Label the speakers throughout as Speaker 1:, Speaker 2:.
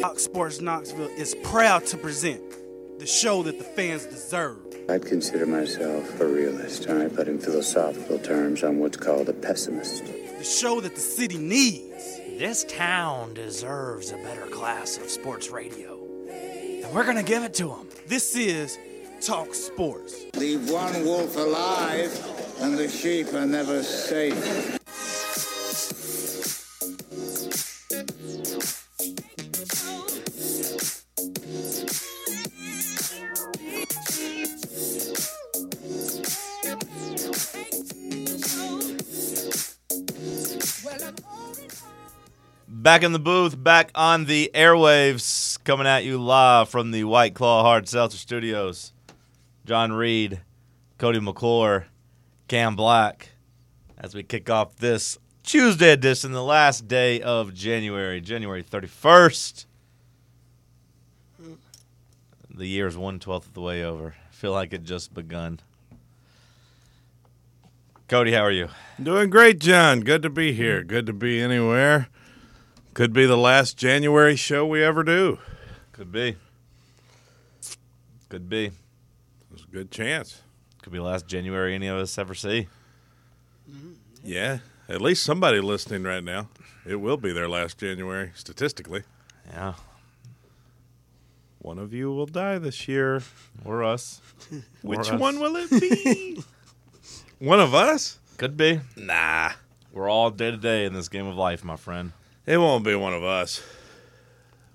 Speaker 1: Fox Sports Knoxville is proud to present the show that the fans deserve.
Speaker 2: I'd consider myself a realist, all right, but in philosophical terms, I'm what's called a pessimist.
Speaker 1: The show that the city needs.
Speaker 3: This town deserves a better class of sports radio. And we're going to give it to them.
Speaker 1: This is Talk Sports.
Speaker 4: Leave one wolf alive, and the sheep are never safe.
Speaker 5: Back in the booth, back on the airwaves, coming at you live from the White Claw Hard Seltzer Studios. John Reed, Cody McClure, Cam Black, as we kick off this Tuesday edition, the last day of January, January 31st. The year is one twelfth of the way over. I feel like it just begun. Cody, how are you?
Speaker 6: Doing great, John. Good to be here.
Speaker 5: Mm-hmm.
Speaker 6: Good to be anywhere. Could be the last January show we ever do.
Speaker 5: Could be. Could be.
Speaker 6: There's a good chance.
Speaker 5: Could be last January any of us ever see.
Speaker 6: Yeah. At least somebody listening right now. It will be their last January, statistically.
Speaker 5: Yeah.
Speaker 6: One of you will die this year.
Speaker 5: Or us.
Speaker 6: Which
Speaker 5: Or us.
Speaker 6: one will it be? one of us?
Speaker 5: Could be.
Speaker 6: Nah.
Speaker 5: We're all day to day in this game of life, my friend.
Speaker 6: It won't be one of us.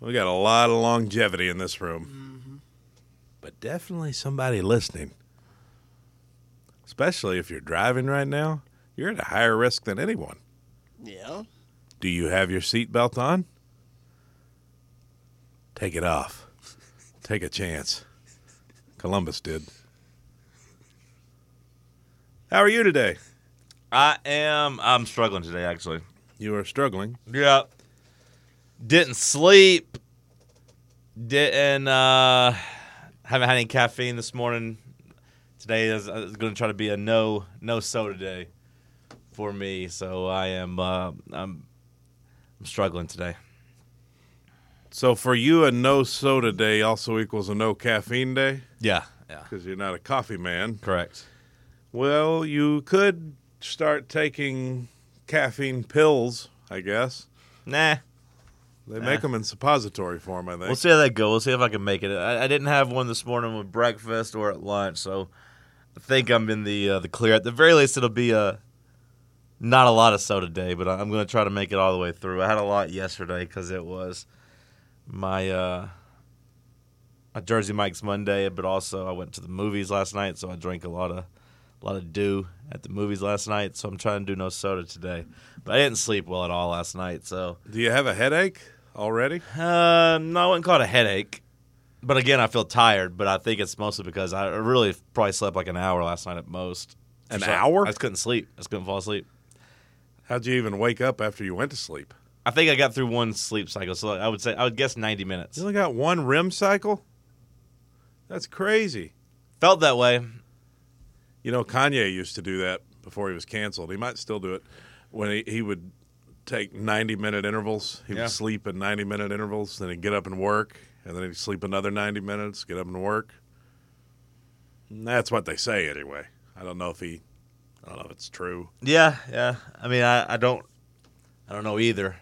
Speaker 6: We got a lot of longevity in this room. But definitely somebody listening. Especially if you're driving right now, you're at a higher risk than anyone.
Speaker 7: Yeah.
Speaker 6: Do you have your seatbelt on? Take it off. Take a chance. Columbus did. How are you today?
Speaker 5: I am. I'm struggling today, actually.
Speaker 6: You are struggling.
Speaker 5: Yeah. Didn't sleep. Didn't. uh Haven't had any caffeine this morning. Today is, uh, is going to try to be a no no soda day for me. So I am. Uh, I'm. I'm struggling today.
Speaker 6: So for you, a no soda day also equals a no caffeine day
Speaker 5: Yeah. Yeah.
Speaker 6: because you're not a coffee man.
Speaker 5: Correct.
Speaker 6: Well, you could start taking caffeine pills, I guess.
Speaker 5: Nah.
Speaker 6: They make 'em make them in suppository form, I think.
Speaker 5: We'll see how that goes. We'll see if I can make it. I, I didn't have one this morning with breakfast or at lunch, so I think I'm in the uh, the clear. At the very least, it'll be a not a lot of soda day, but I- I'm going to try to make it all the way through. I had a lot yesterday because it was my uh, a Jersey Mike's Monday, but also I went to the movies last night, so I drank a lot of a lot of dew at the movies last night. So I'm trying to do no soda today, but I didn't sleep well at all last night, so.
Speaker 6: Do you have a headache already?
Speaker 5: Uh, no, I wouldn't call it a headache. But again, I feel tired. But I think it's mostly because I really probably slept like an hour last night at most.
Speaker 6: An
Speaker 5: Just like-
Speaker 6: hour?
Speaker 5: I just couldn't sleep. I just couldn't fall asleep.
Speaker 6: How'd you even wake up after you went to sleep?
Speaker 5: I think I got through one sleep cycle, so I would say I would guess ninety minutes.
Speaker 6: You only got one REM cycle? That's crazy.
Speaker 5: Felt that way.
Speaker 6: You know, Kanye used to do that before he was canceled. He might still do it when he, he would take 90 minute intervals. He
Speaker 5: Yeah.
Speaker 6: would sleep in 90 minute intervals, then he'd get up and work, and then he'd sleep another 90 minutes, get up and work. And that's what they say anyway. I don't know if he, I don't know if it's true.
Speaker 5: Yeah, yeah. I mean, I, I don't, I don't know either.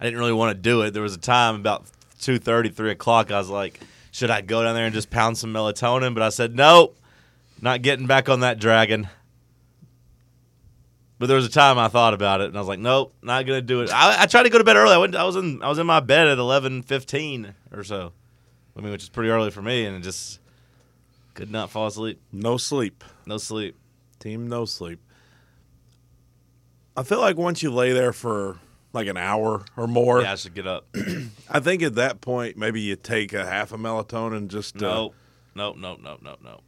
Speaker 5: I didn't really want to do it. There was a time about two thirty, three o'clock. I was like, should I go down there and just pound some melatonin? But I said, no, not getting back on that dragon. But there was a time I thought about it, and I was like, nope, not gonna do it. I, I tried to go to bed early. I went, I was in, I was in my bed at eleven fifteen or so. I mean, which is pretty early for me, and it just could not fall asleep.
Speaker 6: No sleep.
Speaker 5: No sleep.
Speaker 6: Team no sleep. I feel like once you lay there for like an hour or more,
Speaker 5: Yeah, I should get up.
Speaker 6: I think at that point maybe you take a half a melatonin just uh, to.
Speaker 5: Nope. Nope. Nope. Nope. Nope. Nope.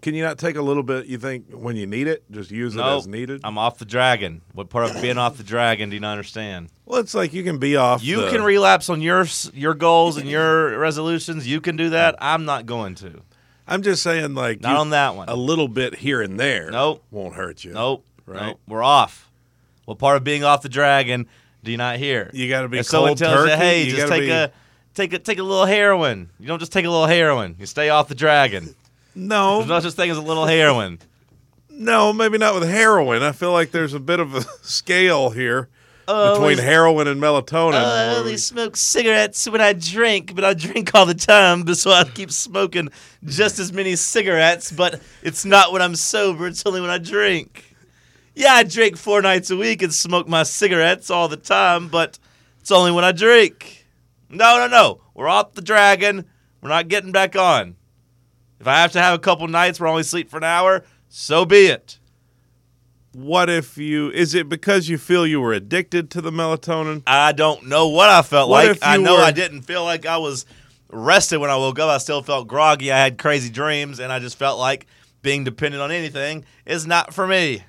Speaker 6: Can you not take a little bit? You think when you need it, just use it
Speaker 5: Nope.
Speaker 6: as needed.
Speaker 5: I'm off the dragon. What part of being off the dragon do you not understand?
Speaker 6: well, it's like you can be off.
Speaker 5: You
Speaker 6: the-
Speaker 5: can relapse on your s- your goals and your resolutions. You can do that. I'm not going to.
Speaker 6: I'm just saying, like
Speaker 5: Not
Speaker 6: you-
Speaker 5: on that one.
Speaker 6: A little bit here and there.
Speaker 5: Nope.
Speaker 6: won't hurt you.
Speaker 5: Nope.
Speaker 6: Right.
Speaker 5: Nope. We're off. What part of being off the dragon do you not hear?
Speaker 6: You gotta be
Speaker 5: if someone
Speaker 6: cold
Speaker 5: tells you,
Speaker 6: turkey,
Speaker 5: hey,
Speaker 6: you
Speaker 5: just
Speaker 6: gotta
Speaker 5: take
Speaker 6: be-
Speaker 5: a take a take a little heroin. You don't just take a little heroin. You stay off the dragon.
Speaker 6: No,
Speaker 5: There's no such thing as a little heroin.
Speaker 6: no, maybe not with heroin. I feel like there's a bit of a scale here
Speaker 5: Oh,
Speaker 6: between
Speaker 5: he's-
Speaker 6: heroin and melatonin.
Speaker 5: I only smoke cigarettes when I drink, but I drink all the time, but so I keep smoking just as many cigarettes, but it's not when I'm sober, it's only when I drink. Yeah, I drink four nights a week and smoke my cigarettes all the time, but it's only when I drink. No, no, no. We're off the dragon. We're not getting back on. If I have to have a couple nights where I only sleep for an hour, so be it.
Speaker 6: what if you? Is it because you feel you were addicted to the melatonin?
Speaker 5: I don't know what I felt
Speaker 6: What
Speaker 5: like.
Speaker 6: if
Speaker 5: I
Speaker 6: you
Speaker 5: know
Speaker 6: were-
Speaker 5: I didn't feel like I was rested when I woke up. I still felt groggy. I had crazy dreams, and I just felt like being dependent on anything is not for me.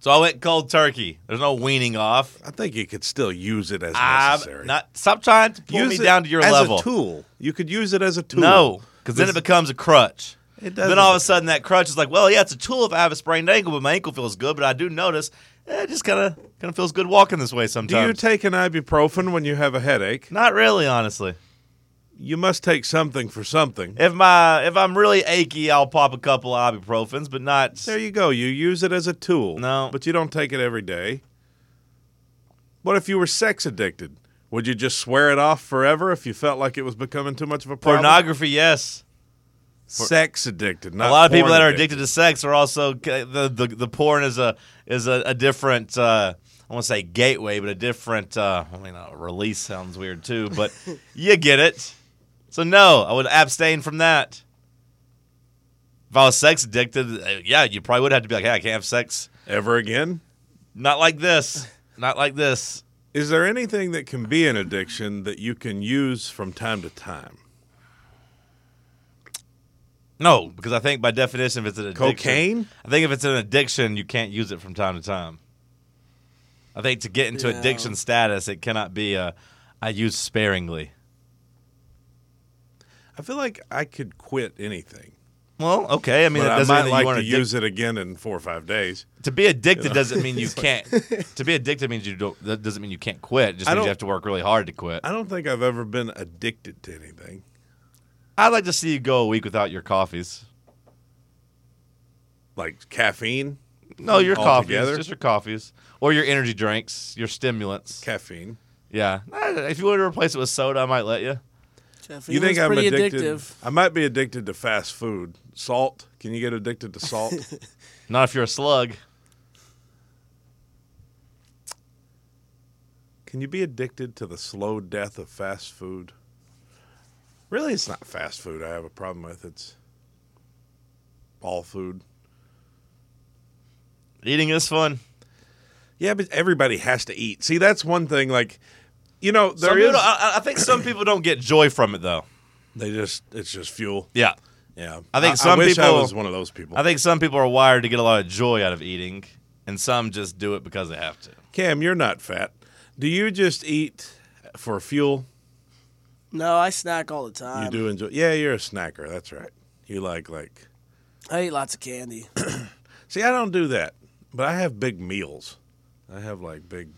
Speaker 5: So I went cold turkey. There's no weaning off.
Speaker 6: I think you could still use it as necessary.
Speaker 5: I'm not. Stop trying to pull
Speaker 6: use
Speaker 5: me
Speaker 6: it
Speaker 5: down to your
Speaker 6: as
Speaker 5: level.
Speaker 6: A tool. You could use it as a tool.
Speaker 5: No, because then it becomes a crutch.
Speaker 6: It
Speaker 5: Then all of a sudden, that crutch is like, well, yeah, it's a tool if I have a sprained ankle, but my ankle feels good. But I do notice eh, it just kind of kind of feels good walking this way
Speaker 6: Do you
Speaker 5: sometimes.
Speaker 6: take an ibuprofen when you have a headache?
Speaker 5: not really, honestly.
Speaker 6: You must take something for something.
Speaker 5: If my if I'm really achy, I'll pop a couple of ibuprofens, but not.
Speaker 6: There you go. You use it as a tool.
Speaker 5: No.
Speaker 6: But you don't take it every day. What if you were sex addicted? Would you just swear it off forever if you felt like it was becoming too much of a problem?
Speaker 5: Pornography, yes.
Speaker 6: Sex addicted. Not
Speaker 5: A lot of people
Speaker 6: porn
Speaker 5: that are addicted to sex are also the the, the porn is a is a, a different uh, I want to say gateway, but a different uh, I mean uh, release sounds weird too, but you get it. So no, I would abstain from that. If I was sex addicted, uh, yeah, you probably would have to be like, hey, I can't have sex.
Speaker 6: Ever again?
Speaker 5: Not like this. Not like this.
Speaker 6: Is there anything that can be an addiction that you can use from time to time?
Speaker 5: No, because I think by definition, if it's an addiction,
Speaker 6: Cocaine?
Speaker 5: I think if it's an addiction, you can't use it from time to time. I think to get into
Speaker 7: Yeah.
Speaker 5: addiction status, it cannot be a I use sparingly.
Speaker 6: I feel like I could quit anything.
Speaker 5: Well, okay. I mean,
Speaker 6: But
Speaker 5: it
Speaker 6: I
Speaker 5: doesn't
Speaker 6: might
Speaker 5: mean that
Speaker 6: like
Speaker 5: you
Speaker 6: to
Speaker 5: want
Speaker 6: use it again in four or five days.
Speaker 5: to be addicted doesn't mean you can't. to be addicted means you don't. That doesn't mean you can't quit. It just
Speaker 6: I
Speaker 5: means you
Speaker 6: don't-
Speaker 5: have to work really hard to quit.
Speaker 6: I don't think I've ever been addicted to anything.
Speaker 5: I'd like to see you go a week without your coffees.
Speaker 6: Like caffeine,
Speaker 5: No, your
Speaker 6: Altogether?
Speaker 5: coffees, just your coffees, or your energy drinks, your stimulants.
Speaker 6: caffeine.
Speaker 5: Yeah, Eh, if you wanted to replace it with soda, I might let you.
Speaker 7: Caffeine is pretty addictive.
Speaker 6: I might be addicted to fast food. Salt. Can you get addicted to salt?
Speaker 5: Not if you're a slug.
Speaker 6: Can you be addicted to the slow death of fast food? Really, it's not fast food I have a problem with. It's all food.
Speaker 5: Eating is fun.
Speaker 6: Yeah, but everybody has to eat. See, that's one thing. Like, you know,
Speaker 5: Some
Speaker 6: there is.
Speaker 5: people- uh, I, I- I think some people don't get joy from it though.
Speaker 6: They just, it's just fuel.
Speaker 5: Yeah,
Speaker 6: Yeah,
Speaker 5: I think some
Speaker 6: wish I
Speaker 5: people-
Speaker 6: was one of those people.
Speaker 5: I think some people are wired to get a lot of joy out of eating, and some just do it because they have to.
Speaker 6: Cam, you're not fat. Do you just eat for fuel?
Speaker 7: No, I snack all the time.
Speaker 6: you do enjoy. Yeah, you're a snacker. That's right. You like like.
Speaker 7: I eat lots of candy.
Speaker 6: See, I don't do that, but I have big meals. I have like big.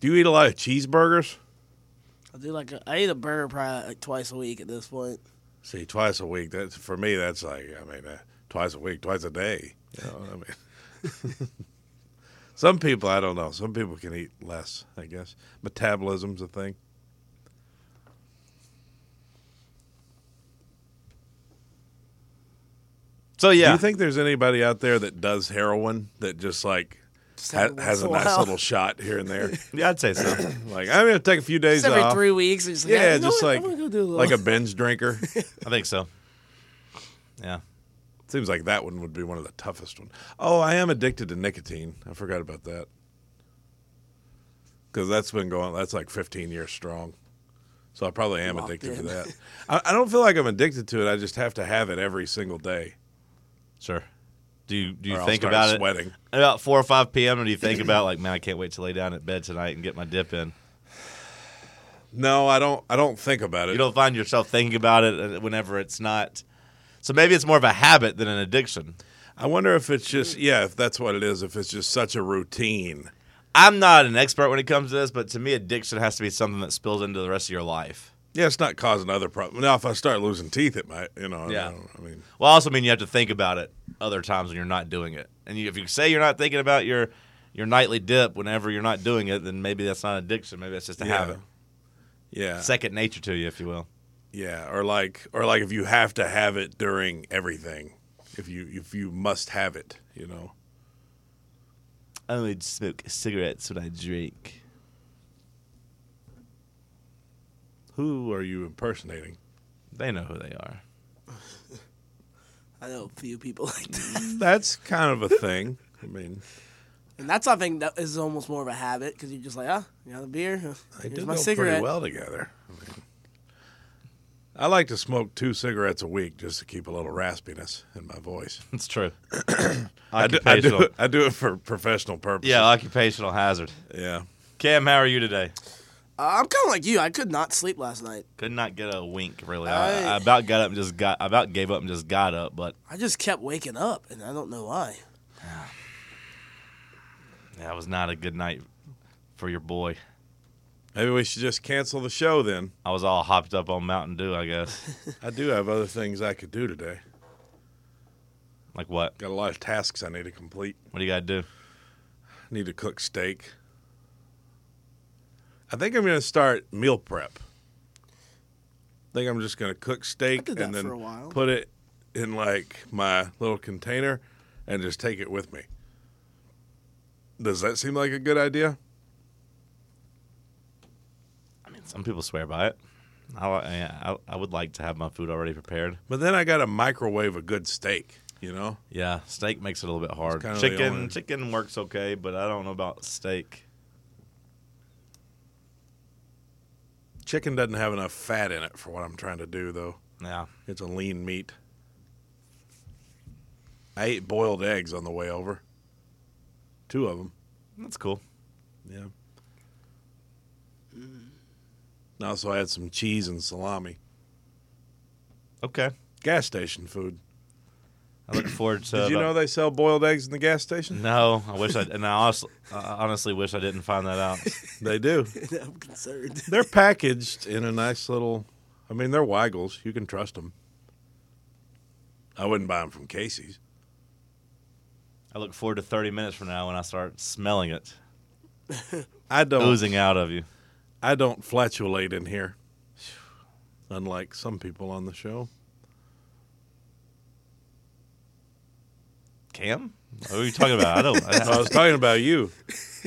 Speaker 6: Do you eat a lot of cheeseburgers?
Speaker 7: I do like a, I eat a burger probably like twice a week at this point.
Speaker 6: See, twice a week. That's for me. That's like I mean, uh, twice a week, twice a day. You know what I mean? Some people I don't know. Some people can eat less. I guess metabolism's a thing.
Speaker 5: So yeah,
Speaker 6: Do you think there's anybody out there that does heroin that just like
Speaker 7: Just
Speaker 6: ha-
Speaker 7: every once
Speaker 6: has a
Speaker 7: in
Speaker 6: nice
Speaker 7: while.
Speaker 6: little shot here and there?
Speaker 5: yeah, I'd say so.
Speaker 6: like I'm gonna take a few days
Speaker 7: Just every
Speaker 6: off.
Speaker 7: three weeks. It's like,
Speaker 6: yeah,
Speaker 7: you know
Speaker 6: just
Speaker 7: what?
Speaker 6: like
Speaker 7: I'm gonna go do a little.
Speaker 6: like a binge drinker.
Speaker 5: I think so. Yeah,
Speaker 6: Seems like that one would be one of the toughest ones. Oh, I am addicted to nicotine. I forgot about that. Because that's been going. That's like 15 years strong. So I probably am
Speaker 7: Locked
Speaker 6: addicted to
Speaker 7: in.
Speaker 6: that. I, I don't feel like I'm addicted to it. I just have to have it every single day.
Speaker 5: sure. Do you do you
Speaker 6: or I'll
Speaker 5: think
Speaker 6: start
Speaker 5: about
Speaker 6: sweating.
Speaker 5: it at about four or five p.m. or do you think about like, man, I can't wait to lay down at bed tonight and get my dip in?
Speaker 6: No, I don't. I don't think about it.
Speaker 5: You don't find yourself thinking about it uh, whenever it's not. So maybe it's more of a habit than an addiction.
Speaker 6: I wonder if it's just yeah, if that's what it is. If it's just such a routine.
Speaker 5: I'm not an expert when it comes to this, but to me, addiction has to be something that spills into the rest of your life.
Speaker 6: Yeah, it's not causing other problems. Now, if I start losing teeth, it might, you know. I
Speaker 5: Yeah.
Speaker 6: don't- I mean,
Speaker 5: Well, I also mean you have to think about it other times when you're not doing it. And you, if you say you're not thinking about your your nightly dip whenever you're not doing it, then maybe that's not addiction. Maybe that's just a
Speaker 6: Yeah.
Speaker 5: habit,
Speaker 6: yeah,
Speaker 5: second nature to you, if you will.
Speaker 6: yeah, or like, or like if you have to have it during everything, if you if you must have it, you know.
Speaker 5: I only smoke cigarettes when I drink.
Speaker 6: Who are you impersonating?
Speaker 5: They know who they are.
Speaker 7: I know a few people like that,
Speaker 6: That's kind of a thing. I mean,
Speaker 7: and that's something that is almost more of a habit because you're just like, ah, you got a beer. Huh,
Speaker 6: they
Speaker 7: Here's
Speaker 6: do
Speaker 7: my
Speaker 6: go
Speaker 7: cigarette.
Speaker 6: pretty well together. I mean, I like to smoke two cigarettes a week just to keep a little raspiness in my voice.
Speaker 5: It's true.
Speaker 6: I do, I
Speaker 5: occupational.
Speaker 6: do, I do it for professional purposes.
Speaker 5: Yeah, occupational hazard.
Speaker 6: yeah.
Speaker 5: Cam, how are you today?
Speaker 7: Uh, I'm kind of like you. I could not sleep last night.
Speaker 5: Could not get a wink really.
Speaker 7: I-
Speaker 5: I, I about got up and just got. I about gave up and just got up, but
Speaker 7: I just kept waking up, and I don't know why.
Speaker 5: that was not a good night for your boy.
Speaker 6: Maybe we should just cancel the show then.
Speaker 5: I was all hopped up on Mountain Dew, I guess.
Speaker 6: I do have other things I could do today.
Speaker 5: like what?
Speaker 6: Got a lot of tasks I need to complete.
Speaker 5: What do you got to do?
Speaker 6: need to cook steak. I think I'm going to start meal prep. I think I'm just going to cook steak
Speaker 7: did
Speaker 6: and
Speaker 7: that
Speaker 6: then
Speaker 7: for a while.
Speaker 6: put it in like my little container and just take it with me. Does that seem like a good idea?
Speaker 5: I mean, some people swear by it. I, li- I, I- I would like to have my food already prepared.
Speaker 6: But then I got to microwave a good steak, you know?
Speaker 5: Yeah, steak makes it a little bit hard.
Speaker 6: kinda the
Speaker 5: Chicken,
Speaker 6: only-
Speaker 5: chicken works okay, but I don't know about steak.
Speaker 6: Chicken doesn't have enough fat in it for what I'm trying to do, though.
Speaker 5: Yeah,
Speaker 6: It's a lean meat. I ate boiled eggs on the way over. Two of them.
Speaker 5: that's cool.
Speaker 6: Yeah. And also, I had some cheese and salami.
Speaker 5: Okay,
Speaker 6: Gas station food.
Speaker 5: I look forward to.
Speaker 6: Did you
Speaker 5: about-
Speaker 6: know they sell boiled eggs in the gas station?
Speaker 5: No, I wish I and I also, I honestly wish I didn't find that out.
Speaker 6: they do.
Speaker 7: I'm concerned.
Speaker 6: They're packaged in a nice little. I mean, they're Weigels. You can trust them. I wouldn't buy them from Casey's.
Speaker 5: I look forward to 30 minutes from now when I start smelling it
Speaker 6: I don't.
Speaker 5: oozing out of you.
Speaker 6: I don't flatulate in here, unlike some people on the show.
Speaker 5: Cam, what are you talking about? I don't.
Speaker 6: I was
Speaker 5: I,
Speaker 6: talking about you.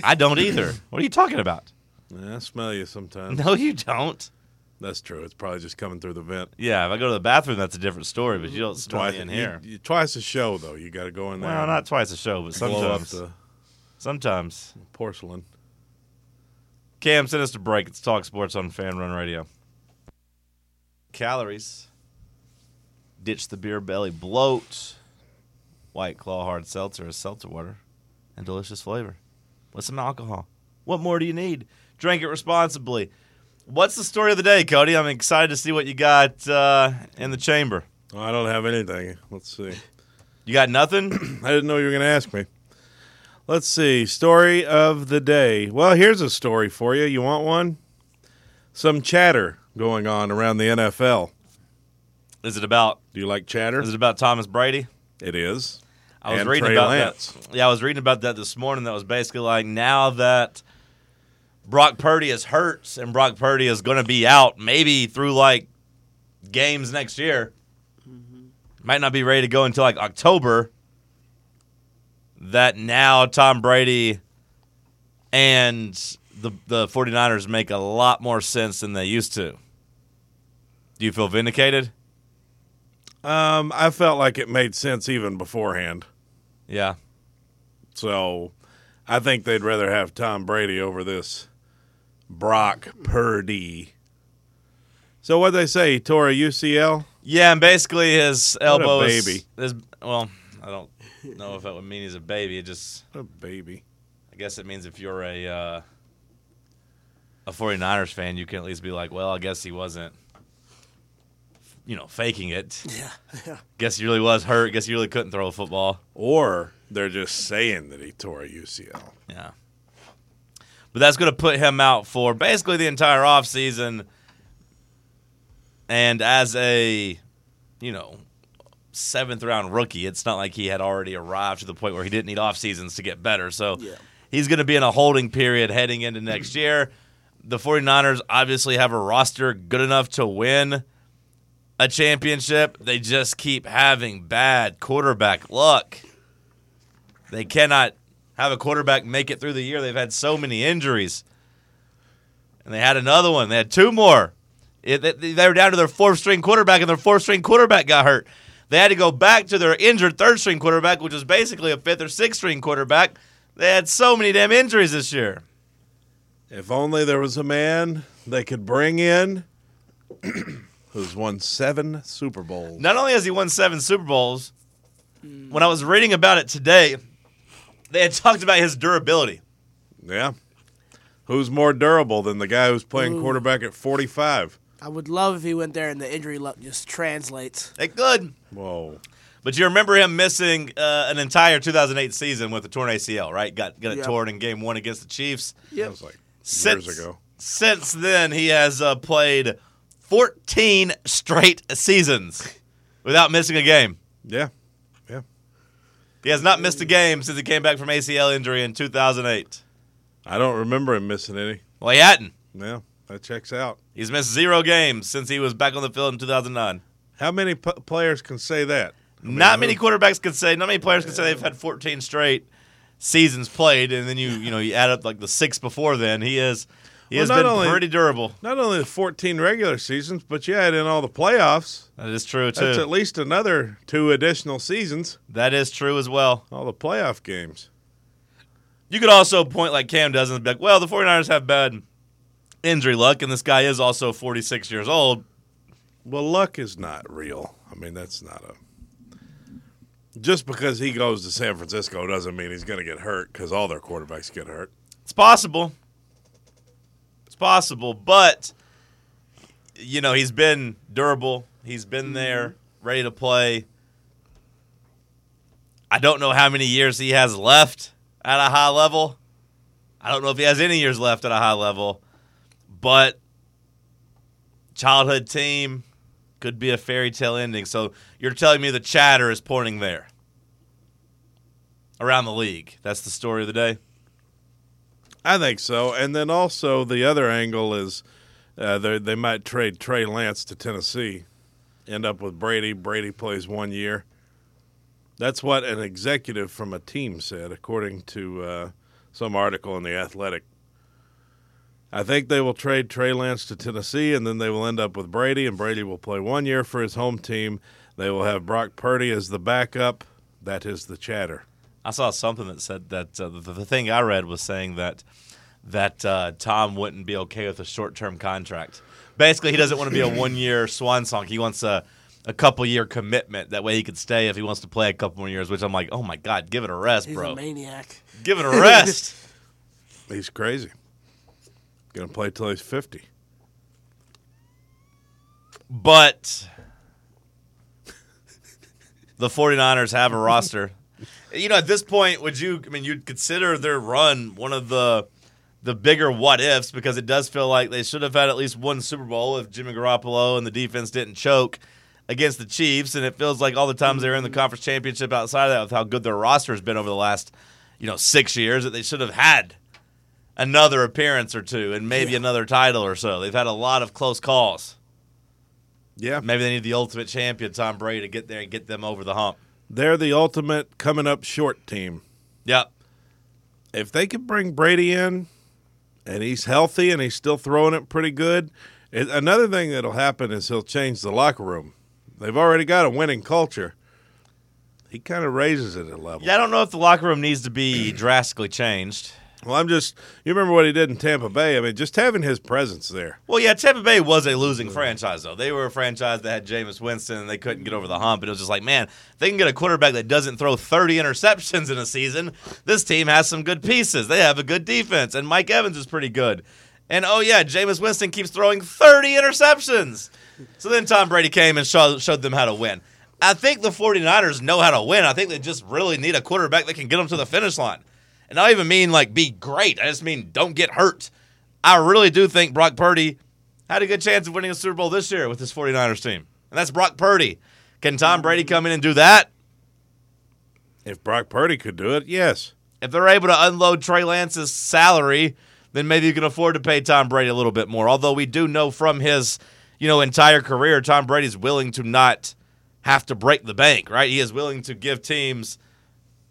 Speaker 5: I don't either. What are you talking about?
Speaker 6: Yeah, I smell you sometimes.
Speaker 5: No, you don't.
Speaker 6: That's true. It's probably just coming through the vent.
Speaker 5: Yeah, if I go to the bathroom, that's a different story. But you don't smell me in
Speaker 6: you-
Speaker 5: here.
Speaker 6: you- twice a show though. You got to go in there.
Speaker 5: Well,
Speaker 6: and
Speaker 5: not twice a show, but
Speaker 6: blow up
Speaker 5: sometimes.
Speaker 6: the
Speaker 5: Sometimes.
Speaker 6: porcelain.
Speaker 5: Cam, send us to break. It's Talk Sports on Fan Run Radio. Calories. Ditch the beer belly bloat. White Claw hard seltzer is seltzer water and delicious flavor. With some alcohol. What more do you need? Drink it responsibly. What's the story of the day, Cody? I'm excited to see what you got uh, in the chamber.
Speaker 6: Oh, I don't have anything. Let's see.
Speaker 5: You got nothing?
Speaker 6: I didn't know you were going to ask me. Let's see. Story of the day. Well, here's a story for you. You want one? Some chatter going on around the NFL.
Speaker 5: is it about
Speaker 6: Do you like chatter?
Speaker 5: is it about Thomas Brady?
Speaker 6: It is.
Speaker 5: I was
Speaker 6: And
Speaker 5: reading
Speaker 6: Trey
Speaker 5: about
Speaker 6: Lance.
Speaker 5: that. Yeah, I was reading about that this morning. That was basically like now that Brock Purdy is hurt and Brock Purdy is going to be out maybe through like games next year. Might not be ready to go until like October. That now Tom Brady and the the 49ers make a lot more sense than they used to. Do you feel vindicated?
Speaker 6: Um, I felt like it made sense even beforehand.
Speaker 5: Yeah.
Speaker 6: So I think they'd rather have Tom Brady over this Brock Purdy. So what they say, he tore a UCL?
Speaker 5: Yeah, and basically his elbow is-
Speaker 6: baby.
Speaker 5: Is, well, I don't know if that would mean he's a baby. It just,
Speaker 6: What a Oh, baby.
Speaker 5: I guess it means if you're a uh, a 49ers fan, you can at least be like, well, I guess he wasn't, you know, faking it.
Speaker 7: yeah, yeah.
Speaker 5: Guess he really was hurt. Guess he really couldn't throw a football.
Speaker 6: Or they're just saying that he tore a UCL.
Speaker 5: Yeah. But that's going to put him out for basically the entire offseason. And as a, you know, seventh round rookie, it's not like he had already arrived to the point where he didn't need off seasons to get better. So
Speaker 7: Yeah.
Speaker 5: he's going to be in a holding period heading into next year. The 49ers obviously have a roster good enough to win a championship. They just keep having bad quarterback luck. They cannot have a quarterback make it through the year. They've had so many injuries. And they had another one. They had two more. It- they, they were down to their fourth string quarterback, and their fourth string quarterback got hurt. They had to go back to their injured third string quarterback, which was basically a fifth or sixth string quarterback. They had so many damn injuries this year.
Speaker 6: If only there was a man they could bring in who's won seven Super Bowls.
Speaker 5: Not only has he won seven Super Bowls, when I was reading about it today, they had talked about his durability.
Speaker 6: Yeah. Who's more durable than the guy who's playing quarterback at 45?
Speaker 7: I would love if he went there and the injury luck just translates.
Speaker 5: It could.
Speaker 6: Whoa.
Speaker 5: But you remember him missing uh, an entire 2008 season with a torn ACL, right? Got got it
Speaker 7: Yeah.
Speaker 5: torn in Game One against the Chiefs.
Speaker 6: That was like
Speaker 5: Since,
Speaker 6: years ago.
Speaker 5: Since then, he has uh, played 14 straight seasons without missing a game.
Speaker 6: Yeah. Yeah.
Speaker 5: He has not missed a game since he came back from ACL injury in 2008.
Speaker 6: I don't remember him missing any.
Speaker 5: Well, he hadn't.
Speaker 6: Yeah. That checks out.
Speaker 5: He's missed zero games since he was back on the field in 2009.
Speaker 6: How many p- players can say that?
Speaker 5: not many quarterbacks could say, not many players could say they've had 14 straight seasons played, and then you you know you add up like the six before then. He is he
Speaker 6: Well,
Speaker 5: has
Speaker 6: not
Speaker 5: been
Speaker 6: only-
Speaker 5: pretty durable.
Speaker 6: Not only the 14 regular seasons, but you add in all the playoffs.
Speaker 5: That is true too.
Speaker 6: That's at least another two additional seasons.
Speaker 5: that is true as well.
Speaker 6: All the playoff games.
Speaker 5: You could also point like Cam does and be like, well, the 49ers have bad injury luck, and this guy is also 46 years old.
Speaker 6: Well, luck is not real. I mean, that's not a. Just because he goes to San Francisco doesn't mean he's going to get hurt because all their quarterbacks get hurt.
Speaker 5: It's possible. It's possible, but you know he's been durable. He's been there, ready to play. I don't know how many years he has left at a high level. I don't know if he has any years left at a high level, but childhood team could be a fairy tale ending. So you're telling me the chatter is pointing there around the league. That's the story of the day.
Speaker 6: I think so. And then also the other angle is uh, they they might trade Trey Lance to Tennessee, end up with Brady. Brady plays one year. That's what an executive from a team said, according to uh, some article in the Athletic. I think they will trade Trey Lance to Tennessee, and then they will end up with Brady, and Brady will play one year for his home team. They will have Brock Purdy as the backup. That is the chatter.
Speaker 5: I saw something that said that uh, the, the thing I read was saying that that uh, Tom wouldn't be okay with a short-term contract. Basically, he doesn't want to be a one-year swan song. He wants a a couple-year commitment. That way, he could stay if he wants to play a couple more years. Which I'm like, oh my god, give it a rest,
Speaker 7: He's
Speaker 5: bro.
Speaker 7: a maniac.
Speaker 5: Give it a rest.
Speaker 6: He's crazy. Going to play till he's 50.
Speaker 5: but the 49ers have a roster. You know, at this point, would you? I mean, you'd consider their run one of the the bigger what ifs because it does feel like they should have had at least one Super Bowl if Jimmy Garoppolo and the defense didn't choke against the Chiefs, and it feels like all the times they were in the conference championship outside of that, with how good their roster has been over the last you know six years, that they should have had another appearance or two and maybe another title or so. They've had a lot of close calls.
Speaker 6: Yeah.
Speaker 5: Maybe they need the ultimate champion, Tom Brady, to get there and get them over the hump.
Speaker 6: They're the ultimate coming up short team.
Speaker 5: Yep.
Speaker 6: If they could bring Brady in and he's healthy and he's still throwing it pretty good, it, another thing that'll happen is he'll change the locker room. They've already got a winning culture. He kind of raises it a level.
Speaker 5: Yeah, I don't know if the locker room needs to be drastically changed.
Speaker 6: Well, I'm just, you remember what he did in Tampa Bay? I mean, just having his presence there.
Speaker 5: Well, yeah, Tampa Bay was a losing franchise, though. They were a franchise that had Jameis Winston and they couldn't get over the hump. And it was just like, man, if they can get a quarterback that doesn't throw 30 interceptions in a season. This team has some good pieces. They have a good defense, and Mike Evans is pretty good. And oh, yeah, Jameis Winston keeps throwing 30 interceptions. So then Tom Brady came and showed, showed them how to win. I think the 49ers know how to win. I think they just really need a quarterback that can get them to the finish line. And I don't even mean like be great. I just mean don't get hurt. I really do think Brock Purdy had a good chance of winning a Super Bowl this year with his 49ers team. And that's Brock Purdy. Can Tom Brady come in and do that?
Speaker 6: If Brock Purdy could do it, yes.
Speaker 5: If they're able to unload Trey Lance's salary, then maybe you can afford to pay Tom Brady a little bit more. Although we do know from his, you know, entire career, Tom Brady's willing to not have to break the bank, right? He is willing to give teams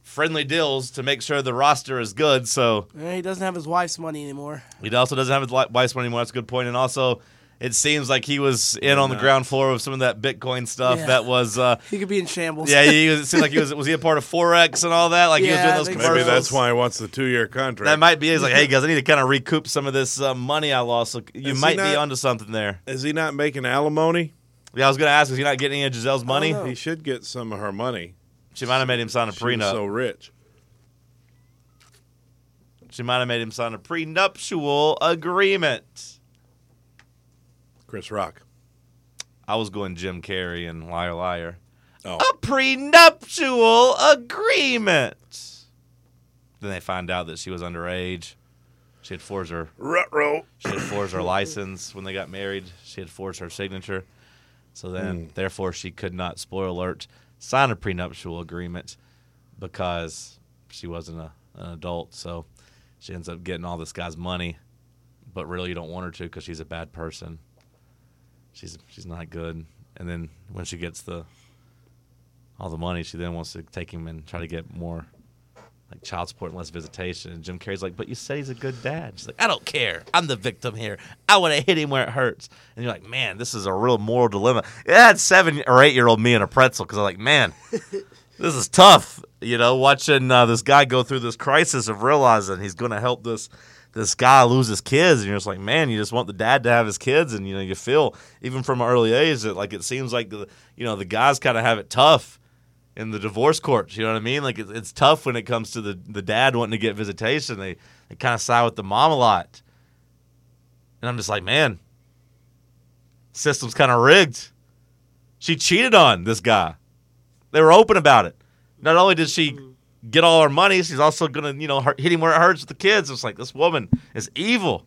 Speaker 5: friendly deals to make sure the roster is good. So
Speaker 7: Eh, he doesn't have his wife's money anymore.
Speaker 5: he also doesn't have his li- wife's money anymore. That's a good point. And also, it seems like he was in on the ground floor of some of that Bitcoin stuff
Speaker 7: Yeah.
Speaker 5: that was. Uh,
Speaker 7: He could be in shambles.
Speaker 5: yeah, he was, it seemed like he was. Was he a part of Forex and all that? Like
Speaker 7: Yeah,
Speaker 5: he
Speaker 7: I
Speaker 5: was doing
Speaker 7: think
Speaker 5: those
Speaker 7: so.
Speaker 6: Maybe
Speaker 5: commercials.
Speaker 6: that's why he wants the two-year contract.
Speaker 5: That might be. He's like, hey guys, I need to kind of recoup some of this uh, money I lost. So you
Speaker 6: Is he
Speaker 5: might be
Speaker 6: not-
Speaker 5: onto something there.
Speaker 6: Is he not making alimony?
Speaker 5: Yeah, I was gonna ask, is he not getting any of Giselle's money?
Speaker 7: know.
Speaker 6: He should get some of her money.
Speaker 5: She might have made him sign a
Speaker 6: She was
Speaker 5: prenup.
Speaker 6: so rich.
Speaker 5: she might have made him sign a prenuptial agreement.
Speaker 6: Chris Rock.
Speaker 5: I was going Jim Carrey and Liar Liar.
Speaker 6: Oh,
Speaker 5: A prenuptial agreement. Then they find out that she was underage. She had forged her
Speaker 6: Ruh-roh.
Speaker 5: She had forged her license when they got married. She had forged her signature. So then, therefore, she could not, spoiler alert, sign a prenuptial agreement because she wasn't a, an adult. So she ends up getting all this guy's money, but really, you don't want her to because she's a bad person. She's she's not good. And then when she gets the all the money, she then wants to take him and try to get more like child support and less visitation. And Jim Carrey's like, but you said he's a good dad. She's like, I don't care. I'm the victim here. I would have hit him where it hurts. And you're like, man, this is a real moral dilemma. It had seven or eight year old me in a pretzel because I'm like, man, this is tough. You know, watching uh, this guy go through this crisis of realizing he's going to help this this guy lose his kids, and you're just like, man, you just want the dad to have his kids, and you know, you feel even from an early age that like it seems like the you know the guys kind of have it tough in the divorce courts. You know what I mean? Like it's, it's tough when it comes to the, the dad wanting to get visitation. They they kind of side with the mom a lot, and I'm just like, man, system's kind of rigged. She cheated on this guy. They were open about it. Not only did she get all her money, she's also gonna you know hurt, hit him where it hurts with the kids. It's like this woman is evil.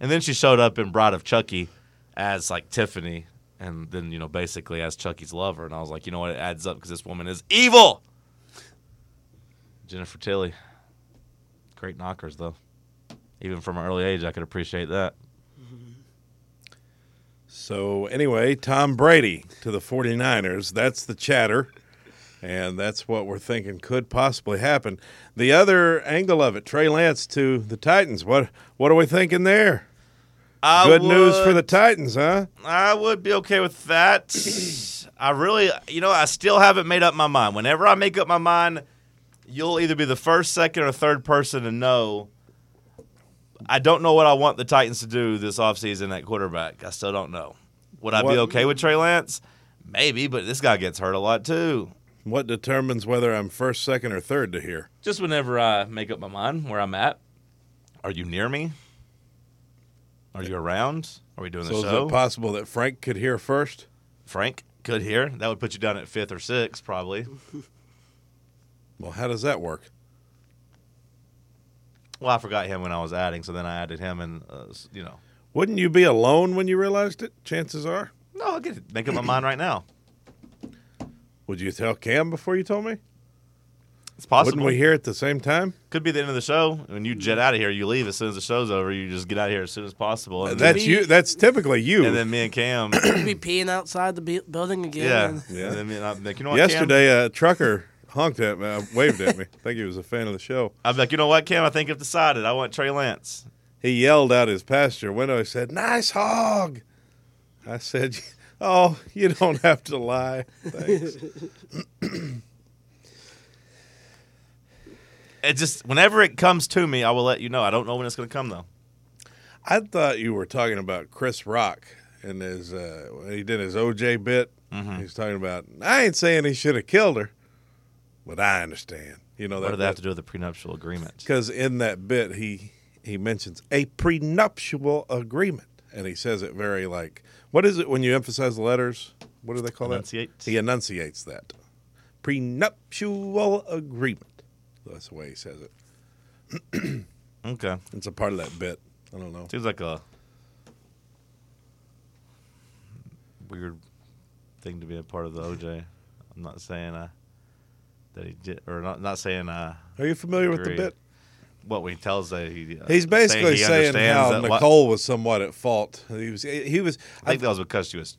Speaker 5: And then she showed up in Bride of Chucky as like Tiffany, and then you know basically as Chucky's lover. And I was like, you know what, it adds up because this woman is evil. Jennifer Tilly, great knockers though. Even from an early age, I could appreciate that.
Speaker 6: So anyway, Tom Brady to the 49ers. That's the chatter. And that's what we're thinking could possibly happen. The other angle of it, Trey Lance to the Titans. What what are we thinking there?
Speaker 5: I
Speaker 6: Good news for
Speaker 5: would-
Speaker 6: the Titans, huh?
Speaker 5: I would be okay with that. I really, you know, I still haven't made up my mind. Whenever I make up my mind, you'll either be the first, second, or third person to know. I don't know what I want the Titans to do this offseason at quarterback. I still don't know. Would I
Speaker 6: What-
Speaker 5: be okay with Trey Lance? Maybe, but this guy gets hurt a lot too.
Speaker 6: What determines whether I'm first, second, or third to hear?
Speaker 5: Just whenever I make up my mind where I'm at, are you near me? Are you around? Are we doing
Speaker 6: So
Speaker 5: the
Speaker 6: is
Speaker 5: show?
Speaker 6: it possible that Frank could hear first?
Speaker 5: Frank could hear. That would put you down at fifth or sixth, probably.
Speaker 6: Well, how does that work?
Speaker 5: Well, I forgot him when I was adding, so then I added him, and uh, s- you know,
Speaker 6: Wouldn't you be alone when you realized it? Chances are.
Speaker 5: no, I get it. Make up my mind right now.
Speaker 6: Would you tell Cam before you told me?
Speaker 5: It's possible.
Speaker 6: Wouldn't we hear at the same time?
Speaker 5: Could be the end of the show. When you jet out of here, you leave as soon as the show's over. You just get out of here as soon as possible. And,
Speaker 6: That's you. That's typically you.
Speaker 5: and then me and Cam,
Speaker 7: He'd be peeing outside the bu- building again.
Speaker 5: yeah,
Speaker 7: and-
Speaker 5: And then me and I'm like, you know what, Cam?
Speaker 6: Yesterday, a trucker honked at me, uh, waved at me. I think he was a fan of the show.
Speaker 5: I'm like, you know what, Cam? I think I've decided. I want Trey Lance.
Speaker 6: He yelled out his passenger window. He said, "Nice hog." I said, "Oh, you don't have to lie." Thanks.
Speaker 5: It just whenever it comes to me, I will let you know. I don't know when it's going to come though.
Speaker 6: I thought you were talking about Chris Rock and his uh, when he did his OJ bit.
Speaker 5: Mm-hmm.
Speaker 6: He was talking about. I ain't saying he should have killed her, but I understand. You know
Speaker 5: What do
Speaker 6: that
Speaker 5: they have to do with the prenuptial agreement?
Speaker 6: Because in that bit, he he mentions a prenuptial agreement, and he says it very like, what is it when you emphasize the letters? What do they call
Speaker 5: Enunciate.
Speaker 6: that? He enunciates that prenuptial agreement. That's the way he says it.
Speaker 5: Okay.
Speaker 6: It's a part of that bit. I don't know.
Speaker 5: Seems like a weird thing to be a part of the OJ. I'm not saying uh, that he did, or not not saying uh,
Speaker 6: Are you familiar with the
Speaker 5: agree.
Speaker 6: bit?
Speaker 5: what we tells that he. uh,
Speaker 6: He's basically
Speaker 5: he
Speaker 6: saying,
Speaker 5: understands
Speaker 6: how
Speaker 5: that what-
Speaker 6: Nicole was somewhat at fault. He was. He was.
Speaker 5: I think that was because she was.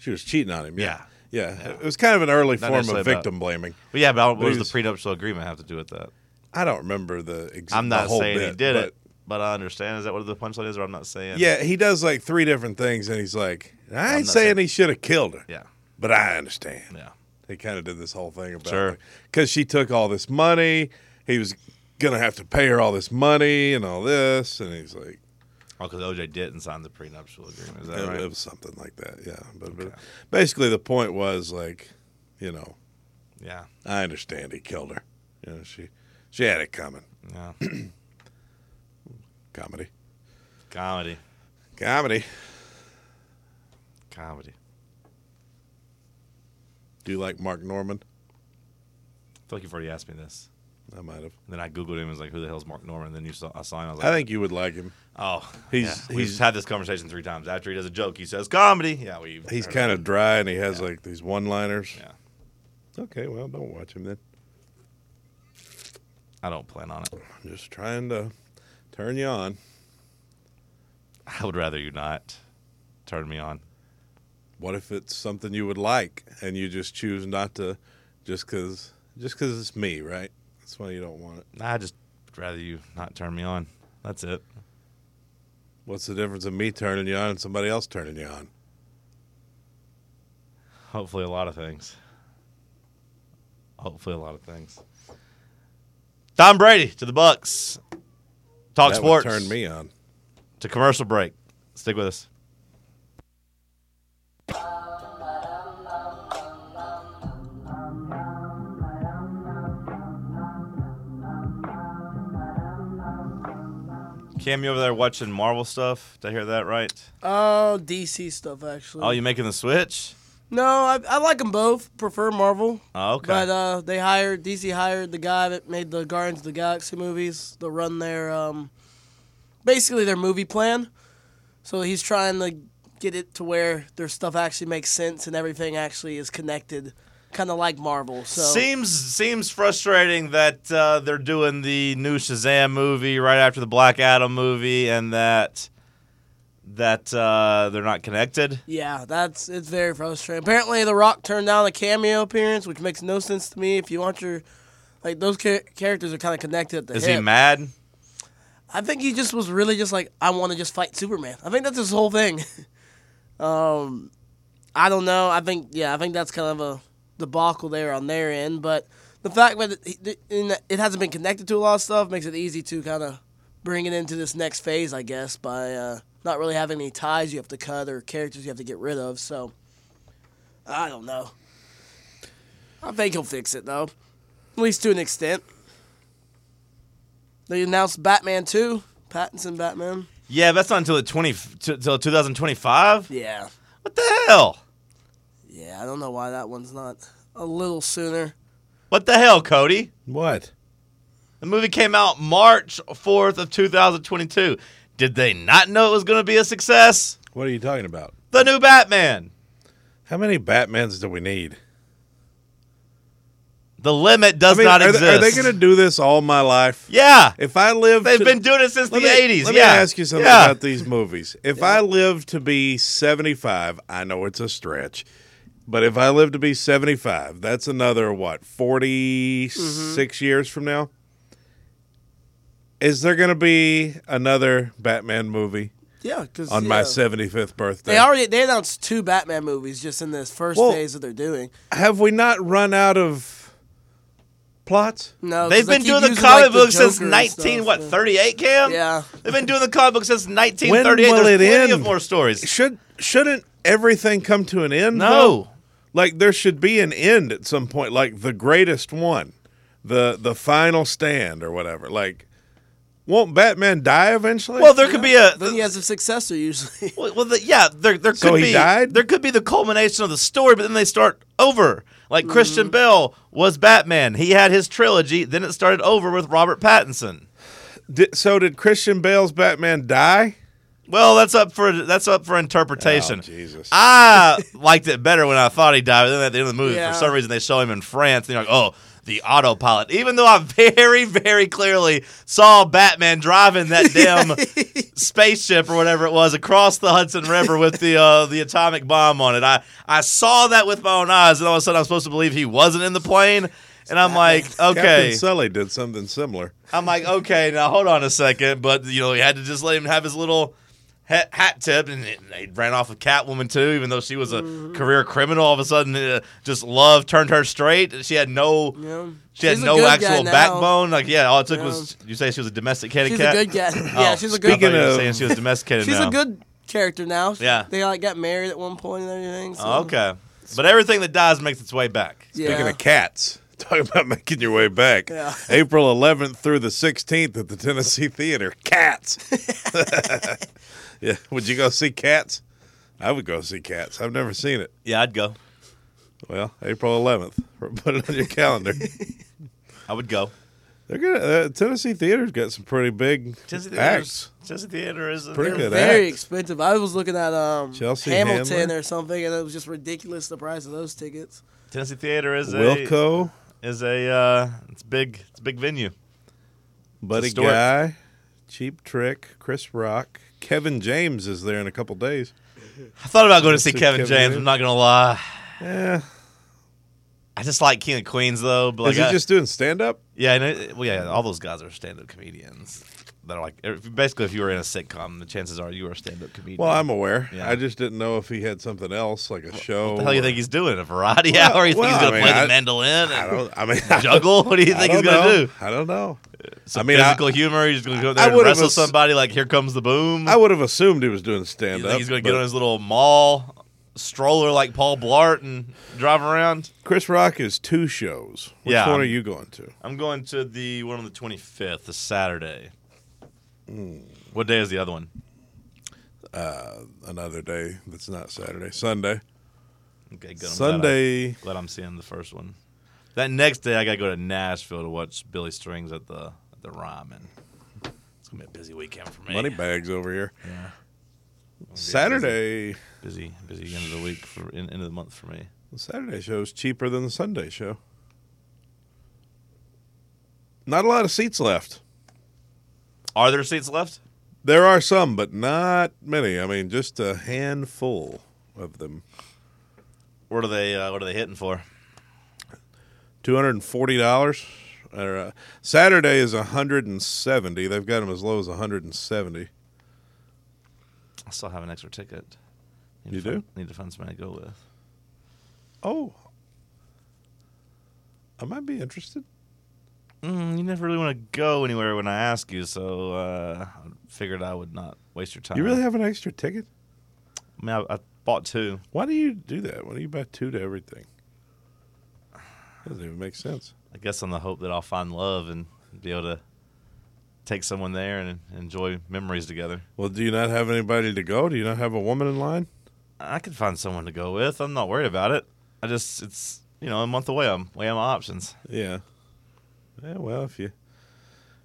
Speaker 6: She was cheating on him. Yeah. Yeah.
Speaker 5: Yeah.
Speaker 6: It was kind of an early
Speaker 5: Not
Speaker 6: form
Speaker 5: necessarily
Speaker 6: of
Speaker 5: about-
Speaker 6: victim blaming.
Speaker 5: But yeah, but what
Speaker 6: But
Speaker 5: does
Speaker 6: he
Speaker 5: the
Speaker 6: was-
Speaker 5: prenuptial agreement have to do with that?
Speaker 6: I don't remember the exact.
Speaker 5: I'm not
Speaker 6: whole
Speaker 5: saying
Speaker 6: bit,
Speaker 5: he did
Speaker 6: but-
Speaker 5: it, but I understand. Is that what the punchline is, or I'm not saying?
Speaker 6: Yeah, he does like three different things, and he's like, I ain't
Speaker 5: not
Speaker 6: saying
Speaker 5: saying-
Speaker 6: he should have killed her.
Speaker 5: Yeah.
Speaker 6: But I understand.
Speaker 5: Yeah.
Speaker 6: He kind of did this whole thing about
Speaker 5: Sure.
Speaker 6: Because she took all this money. He was going to have to pay her all this money and all this. And he's like,
Speaker 5: Oh, because OJ didn't sign the prenuptial agreement. Is that
Speaker 6: it,
Speaker 5: right?
Speaker 6: it was something like that. Yeah. But, but basically, the point was like, you know,
Speaker 5: yeah.
Speaker 6: I understand he killed her. You know, she, she had it coming.
Speaker 5: Yeah.
Speaker 6: Comedy.
Speaker 5: Comedy.
Speaker 6: Comedy.
Speaker 5: Comedy.
Speaker 6: Do you like Mark Norman?
Speaker 5: I feel like you've already asked me this.
Speaker 6: I might have.
Speaker 5: And then I googled him. and was like, "Who the hell's Mark Norman?" And then you saw I saw him. I was like,
Speaker 6: I think you would like him.
Speaker 5: "Oh,
Speaker 6: He's-
Speaker 5: yeah. we've
Speaker 6: he's-
Speaker 5: had this conversation three times. After he does a joke, he says comedy. Yeah, we.
Speaker 6: He's kind of dry and he has like these one liners.
Speaker 5: Yeah,
Speaker 6: Okay, well, don't watch him then.
Speaker 5: I don't plan on it.
Speaker 6: I'm just trying to turn you on.
Speaker 5: I would rather you not turn me on.
Speaker 6: What if it's something you would like and you just choose not to just because just 'cause it's me, right? That's why you don't want it.
Speaker 5: I just would rather you not turn me on. That's it.
Speaker 6: What's the difference of me turning you on and somebody else turning you on?
Speaker 5: Hopefully, a lot of things. Hopefully, a lot of things. Tom Brady to the Bucks. Talk
Speaker 6: That would
Speaker 5: sports.
Speaker 6: turn me on.
Speaker 5: to commercial break. Stick with us. Cam, you over there watching Marvel stuff? Did I hear that right?
Speaker 7: Oh, DC stuff actually.
Speaker 5: Oh, you making the switch?
Speaker 7: No, I, I like them both. Prefer Marvel.
Speaker 5: Oh, okay.
Speaker 7: But uh, they hired DC hired the guy that made the Guardians of the Galaxy movies to run their um, basically their movie plan. So he's trying to get it to where their stuff actually makes sense and everything actually is connected, kind of like Marvel. So
Speaker 5: Seems seems frustrating that uh, they're doing the new Shazam movie right after the Black Adam movie, and that that uh, they're not connected.
Speaker 7: yeah, that's it's very frustrating. Apparently, The Rock turned down a cameo appearance, which makes no sense to me. If you want your like those cha- characters are kind of connected at the
Speaker 5: Is
Speaker 7: hip.
Speaker 5: he mad?
Speaker 7: I think he just was really just like, I want to just fight Superman. I think that's his whole thing. um, I don't know. I think yeah, I think that's kind of a debacle there on their end. But the fact that it, in that it hasn't been connected to a lot of stuff makes it easy to kind of bring it into this next phase, I guess, by uh, not really having any ties you have to cut or characters you have to get rid of. So I don't know. I think he'll fix it though, at least to an extent. They announced Batman 2, Pattinson Batman.
Speaker 5: Yeah, that's not until the twenty t- till 2025.
Speaker 7: Yeah.
Speaker 5: What the hell?
Speaker 7: Yeah, I don't know why that one's not a little sooner.
Speaker 5: What the hell, Cody?
Speaker 6: What?
Speaker 5: The movie came out March 4th of 2022. Did they not know it was going to be a success?
Speaker 6: What are you talking about?
Speaker 5: The new Batman.
Speaker 6: How many Batmans do we need?
Speaker 5: The limit does
Speaker 6: I mean,
Speaker 5: not
Speaker 6: are
Speaker 5: exist.
Speaker 6: they, are they going to do this all my life?
Speaker 5: Yeah.
Speaker 6: If I live,
Speaker 5: They've
Speaker 6: to-
Speaker 5: been doing it since
Speaker 6: Let
Speaker 5: the
Speaker 6: me-
Speaker 5: 80s.
Speaker 6: Let
Speaker 5: yeah.
Speaker 6: me ask you something
Speaker 5: yeah.
Speaker 6: about these movies. If I live to be 75, I know it's a stretch, but if I live to be 75, that's another, what, 46 years from now? Is there going to be another Batman movie
Speaker 7: Yeah, because
Speaker 6: on my 75th birthday?
Speaker 7: They already they announced two Batman movies just in this first
Speaker 6: Well-
Speaker 7: phase that they're doing.
Speaker 6: Have we not run out of plots?
Speaker 7: No, 'cause
Speaker 5: They've
Speaker 7: they
Speaker 5: been
Speaker 7: keep
Speaker 5: doing the
Speaker 7: using,
Speaker 5: comic
Speaker 7: like,
Speaker 5: book since
Speaker 7: Joker and
Speaker 5: 19
Speaker 7: stuff,
Speaker 5: what
Speaker 7: yeah.
Speaker 5: 38 Cam?
Speaker 7: Yeah.
Speaker 5: They've been doing the comic book since 1938.
Speaker 6: will
Speaker 5: There's
Speaker 6: it
Speaker 5: plenty of
Speaker 6: end?
Speaker 5: more stories.
Speaker 6: Should shouldn't everything come to an end?
Speaker 5: No.
Speaker 6: though? Like there should be an end at some point, like the greatest one, the the final stand or whatever. Like won't Batman die eventually?
Speaker 5: Well, there could be a
Speaker 7: Then he has a successor usually.
Speaker 5: Well, well the, yeah, there there could
Speaker 6: So he
Speaker 5: be
Speaker 6: died?
Speaker 5: there could be the culmination of the story, but then they start over. Like
Speaker 7: Mm.
Speaker 5: Christian Bell was Batman. He had his trilogy. Then it started over with Robert Pattinson.
Speaker 6: Did, so did Christian Bale's Batman die?
Speaker 5: Well, that's up for that's up for interpretation.
Speaker 6: Oh, Jesus.
Speaker 5: I liked it better when I thought he died. But then at the end of the movie,
Speaker 7: Yeah.
Speaker 5: for some reason, they show him in France. And you're like, oh, the autopilot. Even though I very, very clearly saw Batman driving that damn spaceship or whatever it was across the Hudson River with the uh, the atomic bomb on it. I I saw that with my own eyes, and all of a sudden, I'm supposed to believe he wasn't in the plane. And I'm like, okay.
Speaker 6: Captain Sully did something similar.
Speaker 5: I'm like, okay, now hold on a second, but you know, he had to just let him have his little hat, hat tip, and it- they ran off with Catwoman too, even though she was a
Speaker 7: Mm-hmm.
Speaker 5: career criminal. All of a sudden, uh, just love turned her straight. She had no,
Speaker 7: Yeah.
Speaker 5: she had
Speaker 7: She's a
Speaker 5: no
Speaker 7: good guy
Speaker 5: actual
Speaker 7: now.
Speaker 5: backbone. Like, yeah, all it took
Speaker 7: Yeah.
Speaker 5: was you say she was a domesticated
Speaker 7: She's
Speaker 5: cat. Oh,
Speaker 7: a good cat. Yeah, she's a
Speaker 5: Speaking
Speaker 7: good.
Speaker 5: of
Speaker 6: of-
Speaker 5: saying she was domesticated,
Speaker 7: She's
Speaker 5: now.
Speaker 7: a good character now. She-
Speaker 5: Yeah.
Speaker 7: they like got married at one point and everything. So.
Speaker 5: Oh, okay, but everything that dies makes its way back.
Speaker 7: Yeah.
Speaker 6: Speaking of cats, talking about making your way back.
Speaker 7: Yeah.
Speaker 6: April 11th through the 16th at the Tennessee Theater. Cats. yeah. Would you go see Cats? I would go see Cats. I've never seen it.
Speaker 5: Yeah, I'd go.
Speaker 6: Well, April 11th. Put it on your calendar.
Speaker 5: I would go.
Speaker 6: They're good. Uh, Tennessee Theater's got some pretty big
Speaker 5: Tennessee
Speaker 6: acts.
Speaker 5: Theater's- Tennessee Theater is
Speaker 6: Pretty
Speaker 5: they're-
Speaker 6: good
Speaker 7: Very
Speaker 6: acts.
Speaker 7: expensive. I was looking at um,
Speaker 6: Chelsea
Speaker 7: Hamilton
Speaker 6: Handler.
Speaker 7: or something, and it was just ridiculous the price of those tickets.
Speaker 5: Tennessee Theater is a
Speaker 6: Wilco,
Speaker 5: is a uh, it's big it's a big venue.
Speaker 6: Buddy
Speaker 5: historic.
Speaker 6: Guy, Cheap Trick, Chris Rock. Kevin James is there in a couple days.
Speaker 5: I thought about going to see
Speaker 6: See
Speaker 5: Kevin
Speaker 6: Kevin
Speaker 5: James.
Speaker 6: James.
Speaker 5: I'm not gonna lie.
Speaker 6: Yeah.
Speaker 5: I just like King of Queens though. But like,
Speaker 6: Is he
Speaker 5: I-
Speaker 6: just doing stand up?
Speaker 5: yeah, I know, well, yeah. All those guys are stand-up comedians. That are like if- basically, if you were in a sitcom, the chances are you are a stand-up comedian.
Speaker 6: Well, I'm aware.
Speaker 5: Yeah.
Speaker 6: I just didn't know if he had something else like a show.
Speaker 5: What the hell you
Speaker 6: or-
Speaker 5: think he's doing? A variety
Speaker 6: Well,
Speaker 5: hour? You think
Speaker 6: well,
Speaker 5: he's
Speaker 6: I
Speaker 5: gonna
Speaker 6: mean,
Speaker 5: play
Speaker 6: I-
Speaker 5: the mandolin
Speaker 6: I
Speaker 5: and
Speaker 6: don't. I mean,
Speaker 5: juggle? What do you
Speaker 6: I
Speaker 5: think he's
Speaker 6: don't
Speaker 5: gonna
Speaker 6: know.
Speaker 5: do?
Speaker 6: I don't know.
Speaker 5: Some
Speaker 6: I mean,
Speaker 5: physical
Speaker 6: I,
Speaker 5: humor. He's gonna go
Speaker 6: I
Speaker 5: there and
Speaker 6: would've
Speaker 5: wrestle
Speaker 6: ass-
Speaker 5: somebody like "Here Comes the Boom."
Speaker 6: I would have assumed he was doing stand
Speaker 5: you
Speaker 6: up.
Speaker 5: think he's gonna get on his little mall stroller like Paul Blart and drive around?
Speaker 6: Chris Rock is two shows. Which
Speaker 5: Yeah.
Speaker 6: one are you going to?
Speaker 5: I'm going to the one on the 25th, the Saturday. Hmm. What day is the other one?
Speaker 6: Another day that's not Saturday. Sunday.
Speaker 5: Okay, good. I'm
Speaker 6: Sunday.
Speaker 5: Glad, I, am seeing the first one. That next day, I got to go to Nashville to watch Billy Strings at the at the Ryman. It's gonna be a busy weekend for me.
Speaker 6: Money bags over here.
Speaker 5: Yeah.
Speaker 6: Saturday.
Speaker 5: Busy, busy end of the week for in, end of the month for me.
Speaker 6: The Saturday show is cheaper than the Sunday show. Not a lot of seats left.
Speaker 5: Are there seats left?
Speaker 6: There are some, but not many. I mean, just a handful of them.
Speaker 5: What are they? Uh, what are they hitting for?
Speaker 6: two hundred and forty dollars. Or uh, Saturday is a hundred and seventy. They've got them as low as a hundred and seventy.
Speaker 5: I still have an extra ticket. Need
Speaker 6: You
Speaker 5: to find-
Speaker 6: do?
Speaker 5: Need to find somebody to go with.
Speaker 6: Oh, I might be interested.
Speaker 5: Mm, you never really want to go anywhere when I ask you, so uh, I figured I would not waste your time.
Speaker 6: You really have an extra ticket?
Speaker 5: I mean, I, I bought two.
Speaker 6: Why do you do that? Why do you buy two to everything? Doesn't even make sense.
Speaker 5: I guess on the hope that I'll find love and be able to take someone there and enjoy memories together.
Speaker 6: Well, do you not have anybody to go? Do you not have a woman in line?
Speaker 5: I could find someone to go with. I'm not worried about it. I just it's you know a month away. I'm way out my options.
Speaker 6: Yeah. Yeah. Well, if you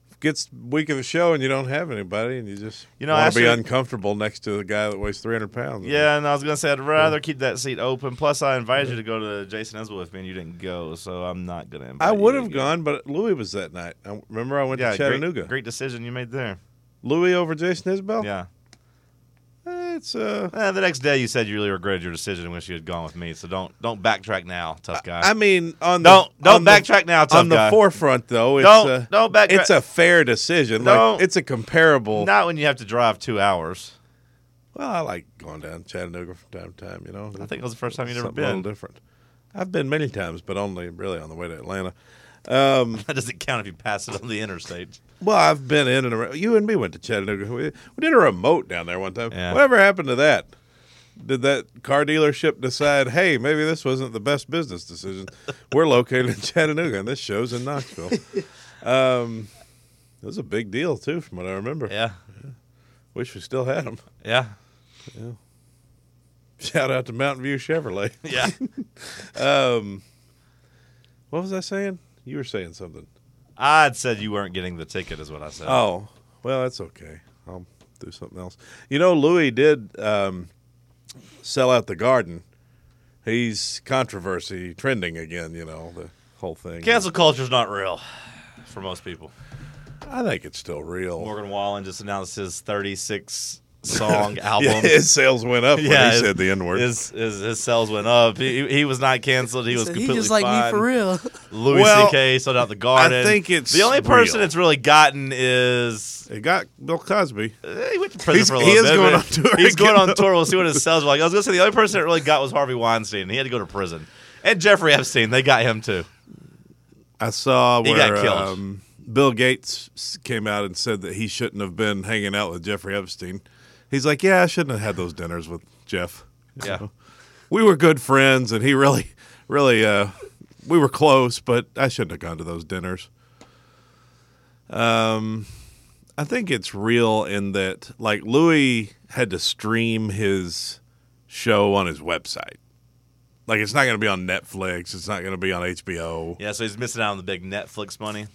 Speaker 6: if it gets week of the show and you don't have anybody, and you just
Speaker 5: You know, I
Speaker 6: want to be
Speaker 5: should-
Speaker 6: uncomfortable next to the guy that weighs three hundred pounds.
Speaker 5: Yeah, and I was gonna say I'd rather keep that seat open. Plus, I
Speaker 6: Mm-hmm.
Speaker 5: invited you to go to Jason Isbell with me, and you didn't go, so I'm not gonna. Invite
Speaker 6: I
Speaker 5: you
Speaker 6: would have
Speaker 5: again.
Speaker 6: gone, but Louis was that night. I remember I went
Speaker 5: Yeah,
Speaker 6: to
Speaker 5: great,
Speaker 6: Chattanooga. Oh.
Speaker 5: great decision you made there.
Speaker 6: Louis over Jason Isbell.
Speaker 5: Yeah.
Speaker 6: Eh, it's uh.
Speaker 5: Eh, the next day, you said you really regretted your decision when she had gone with me. So don't don't backtrack now, tough guy.
Speaker 6: I mean, on the,
Speaker 5: Don't- don't
Speaker 6: on the-
Speaker 5: backtrack now, tough
Speaker 6: on the
Speaker 5: guy.
Speaker 6: forefront though. It's
Speaker 5: Don't-
Speaker 6: a,
Speaker 5: don't backtrack.
Speaker 6: It's a fair decision.
Speaker 5: Don't-
Speaker 6: Like, it's a comparable.
Speaker 5: Not when you have to drive two hours.
Speaker 6: Well, I like going down to Chattanooga from time to time. You know,
Speaker 5: I think it was the first time you'd ever
Speaker 6: Something A
Speaker 5: been.
Speaker 6: little different. I've been many times, but only really on the way to Atlanta. Um,
Speaker 5: That doesn't count if you pass it on the interstate.
Speaker 6: Well, I've been in and around. You and me went to Chattanooga. We, we did a remote down there one time.
Speaker 5: Yeah.
Speaker 6: Whatever happened to that? Did that car dealership decide, hey, maybe this wasn't the best business decision? We're located in Chattanooga, and this show's in Knoxville. um, it was a big deal, too, from what I remember.
Speaker 5: Yeah,
Speaker 6: Wish we still had them.
Speaker 5: yeah,
Speaker 6: Shout out to Mountain View Chevrolet.
Speaker 5: yeah.
Speaker 6: What was I saying? You were saying something.
Speaker 5: I'd said you weren't getting the ticket, is what I said.
Speaker 6: Oh, well, that's okay. I'll do something else. You know, Louis did um, sell out the garden. He's controversy trending again. You know the whole thing.
Speaker 5: Cancel culture's not real for most people.
Speaker 6: I think it's still real.
Speaker 5: Morgan Wallen just announced his 36 song album.
Speaker 6: Yeah, his sales went up
Speaker 5: Yeah,
Speaker 6: when he
Speaker 5: his-
Speaker 6: said the N word.
Speaker 5: His, his his sales went up. He, he was not canceled. He was
Speaker 7: Said, he
Speaker 5: completely
Speaker 7: just like
Speaker 5: fine.
Speaker 7: me for real.
Speaker 5: Louis
Speaker 6: Well,
Speaker 5: C.K. sold out the garden.
Speaker 6: think it's
Speaker 5: the only person
Speaker 6: real.
Speaker 5: that's really gotten is
Speaker 6: It got Bill Cosby.
Speaker 5: eh, he went to prison
Speaker 6: He's-
Speaker 5: for a
Speaker 6: he
Speaker 5: little
Speaker 6: is
Speaker 5: bit,
Speaker 6: going
Speaker 5: but
Speaker 6: on tour
Speaker 5: He's going
Speaker 6: again,
Speaker 5: on tour. We'll see what his sales were like. I was gonna say the only person that really got was Harvey Weinstein. He had to go to prison. And Jeffrey Epstein, they got him too.
Speaker 6: I saw
Speaker 5: He
Speaker 6: where
Speaker 5: got killed.
Speaker 6: Um, Bill Gates s- came out and said that he shouldn't have been hanging out with Jeffrey Epstein. He's like, yeah, I shouldn't have had those dinners with Jeff.
Speaker 5: Yeah.
Speaker 6: We were good friends, and he really, really, uh, we were close, but I shouldn't have gone to those dinners. Um, I think it's real in that, like, Louis had to stream his show on his website. Like, it's not going to be on Netflix. It's not going to be on HBO.
Speaker 5: Yeah, so he's missing out on the big Netflix money.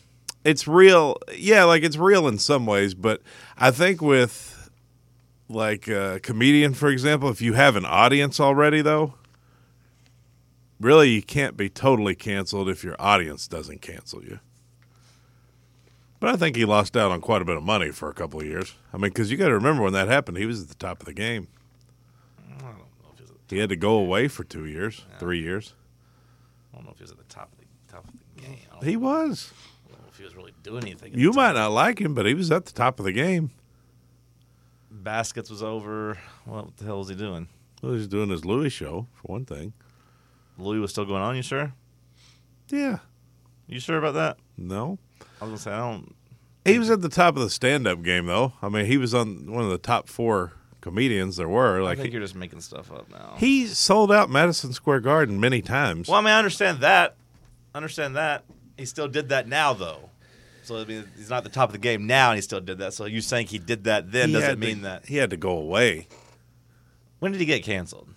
Speaker 6: it's real yeah like it's real in some ways but i think with like a comedian for example if you have an audience already though really you can't be totally canceled if your audience doesn't cancel you but i think he lost out on quite a bit of money for a couple of years i mean because you got to remember when that happened he was at the top of the game he had to go away for two years three years
Speaker 5: I don't know if he was at the top of the top of the game. I don't
Speaker 6: he was
Speaker 5: know if he was really doing anything. at
Speaker 6: you
Speaker 5: the
Speaker 6: might
Speaker 5: time.
Speaker 6: not like him but he was at the top of the game
Speaker 5: Baskets was over. What the hell was he doing?
Speaker 6: Well, he's doing his Louis show for one thing.
Speaker 5: Louis was still going on. You sure?
Speaker 6: Yeah.
Speaker 5: You sure about that?
Speaker 6: No.
Speaker 5: I was gonna say I don't.
Speaker 6: He was at the top of the stand-up game, though. I mean, he was on one of the top four comedians there were.
Speaker 5: I
Speaker 6: Like
Speaker 5: think
Speaker 6: he,
Speaker 5: you're just making stuff up now.
Speaker 6: he sold out Madison Square Garden many times.
Speaker 5: well, I mean, I understand that. I understand that. He still did that now, though. So I mean, he's not at the top of the game now, and he still did that. So you saying he did that then
Speaker 6: He
Speaker 5: doesn't
Speaker 6: had to-
Speaker 5: mean that.
Speaker 6: he had to go away
Speaker 5: When did he get canceled?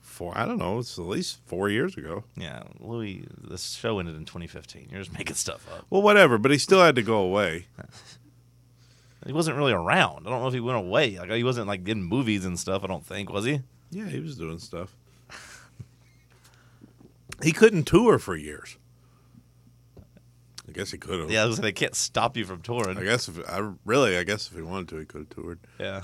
Speaker 6: for I don't know. It's at least four years ago.
Speaker 5: Yeah, Louis. The show ended in 2015. You're just making stuff up.
Speaker 6: Well, whatever. But he still had to go away.
Speaker 5: He wasn't really around. I don't know if he went away. Like he wasn't like in movies and stuff. I don't think was he.
Speaker 6: Yeah, he was doing stuff. he couldn't tour for years. I guess he could have.
Speaker 5: Yeah, I was gonna say, they can't stop you from touring.
Speaker 6: I guess if I really, I guess if he wanted to, he could have toured.
Speaker 5: Yeah.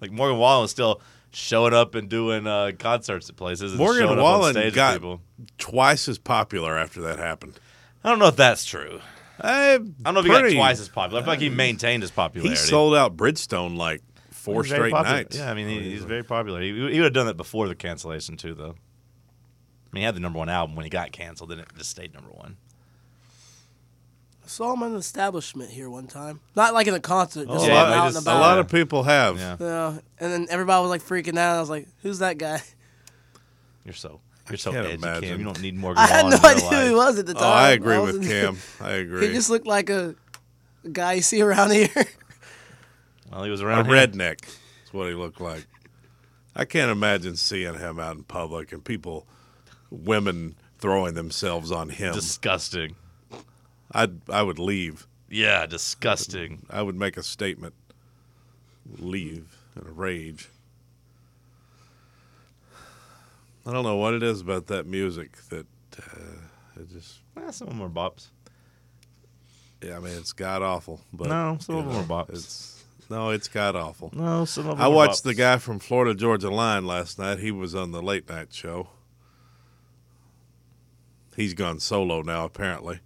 Speaker 5: Like Morgan Wallen was still showing up and doing uh, concerts at places. And
Speaker 6: Morgan
Speaker 5: showing up on
Speaker 6: Wallen
Speaker 5: stage with
Speaker 6: got-
Speaker 5: people.
Speaker 6: twice as popular after that happened.
Speaker 5: I don't know if that's true.
Speaker 6: I
Speaker 5: I don't know if he got twice as popular. I feel like he maintained his
Speaker 6: Eh, He
Speaker 5: popularity.
Speaker 6: sold out Bridgestone like
Speaker 5: He's
Speaker 6: four
Speaker 5: very
Speaker 6: straight
Speaker 5: popular.
Speaker 6: nights.
Speaker 5: Yeah, I mean, he, he's very popular. He, he would have done that before the cancellation, too, though. I mean, he had the number one album when he got canceled, and it just stayed number one.
Speaker 7: I saw him in an establishment here one time. Not like in a concert, just
Speaker 6: a,
Speaker 5: Oh, Yeah,
Speaker 7: like
Speaker 6: lot,
Speaker 5: they
Speaker 7: out
Speaker 5: just-
Speaker 7: and
Speaker 6: a
Speaker 7: about.
Speaker 6: lot of people have.
Speaker 5: Yeah.
Speaker 7: Yeah, and then everybody was like freaking out. I was like, "Who's that guy?"
Speaker 5: You're so you're so
Speaker 6: can't
Speaker 5: edgy, Cam.
Speaker 6: imagine.
Speaker 5: You don't need Morgan
Speaker 7: I had
Speaker 5: Wallen
Speaker 7: no
Speaker 5: in
Speaker 7: idea
Speaker 5: your
Speaker 7: who he
Speaker 5: life.
Speaker 7: was at the time.
Speaker 6: Oh, I agree
Speaker 7: wasn't-
Speaker 6: with Cam. I
Speaker 7: He
Speaker 6: agree.
Speaker 7: just looked like a a guy you see around here.
Speaker 5: Well, he was
Speaker 6: a
Speaker 5: around here.
Speaker 6: redneck is what he looked like. I can't imagine seeing him out in public and people, women throwing themselves on him.
Speaker 5: Disgusting.
Speaker 6: I'd I would leave.
Speaker 5: Yeah, disgusting.
Speaker 6: I would make a statement. Leave in a rage. I don't know what it is about that music that uh, it just.
Speaker 5: Eh, some of them are bops.
Speaker 6: Yeah, I mean it's god awful. But
Speaker 5: No, some
Speaker 6: you
Speaker 5: of 'em are bops.
Speaker 6: It's, no, it's god awful.
Speaker 5: No, some of them
Speaker 6: I
Speaker 5: are
Speaker 6: watched
Speaker 5: bops.
Speaker 6: the guy from Florida Georgia Line last night. He was on the late night show. He's gone solo now, apparently.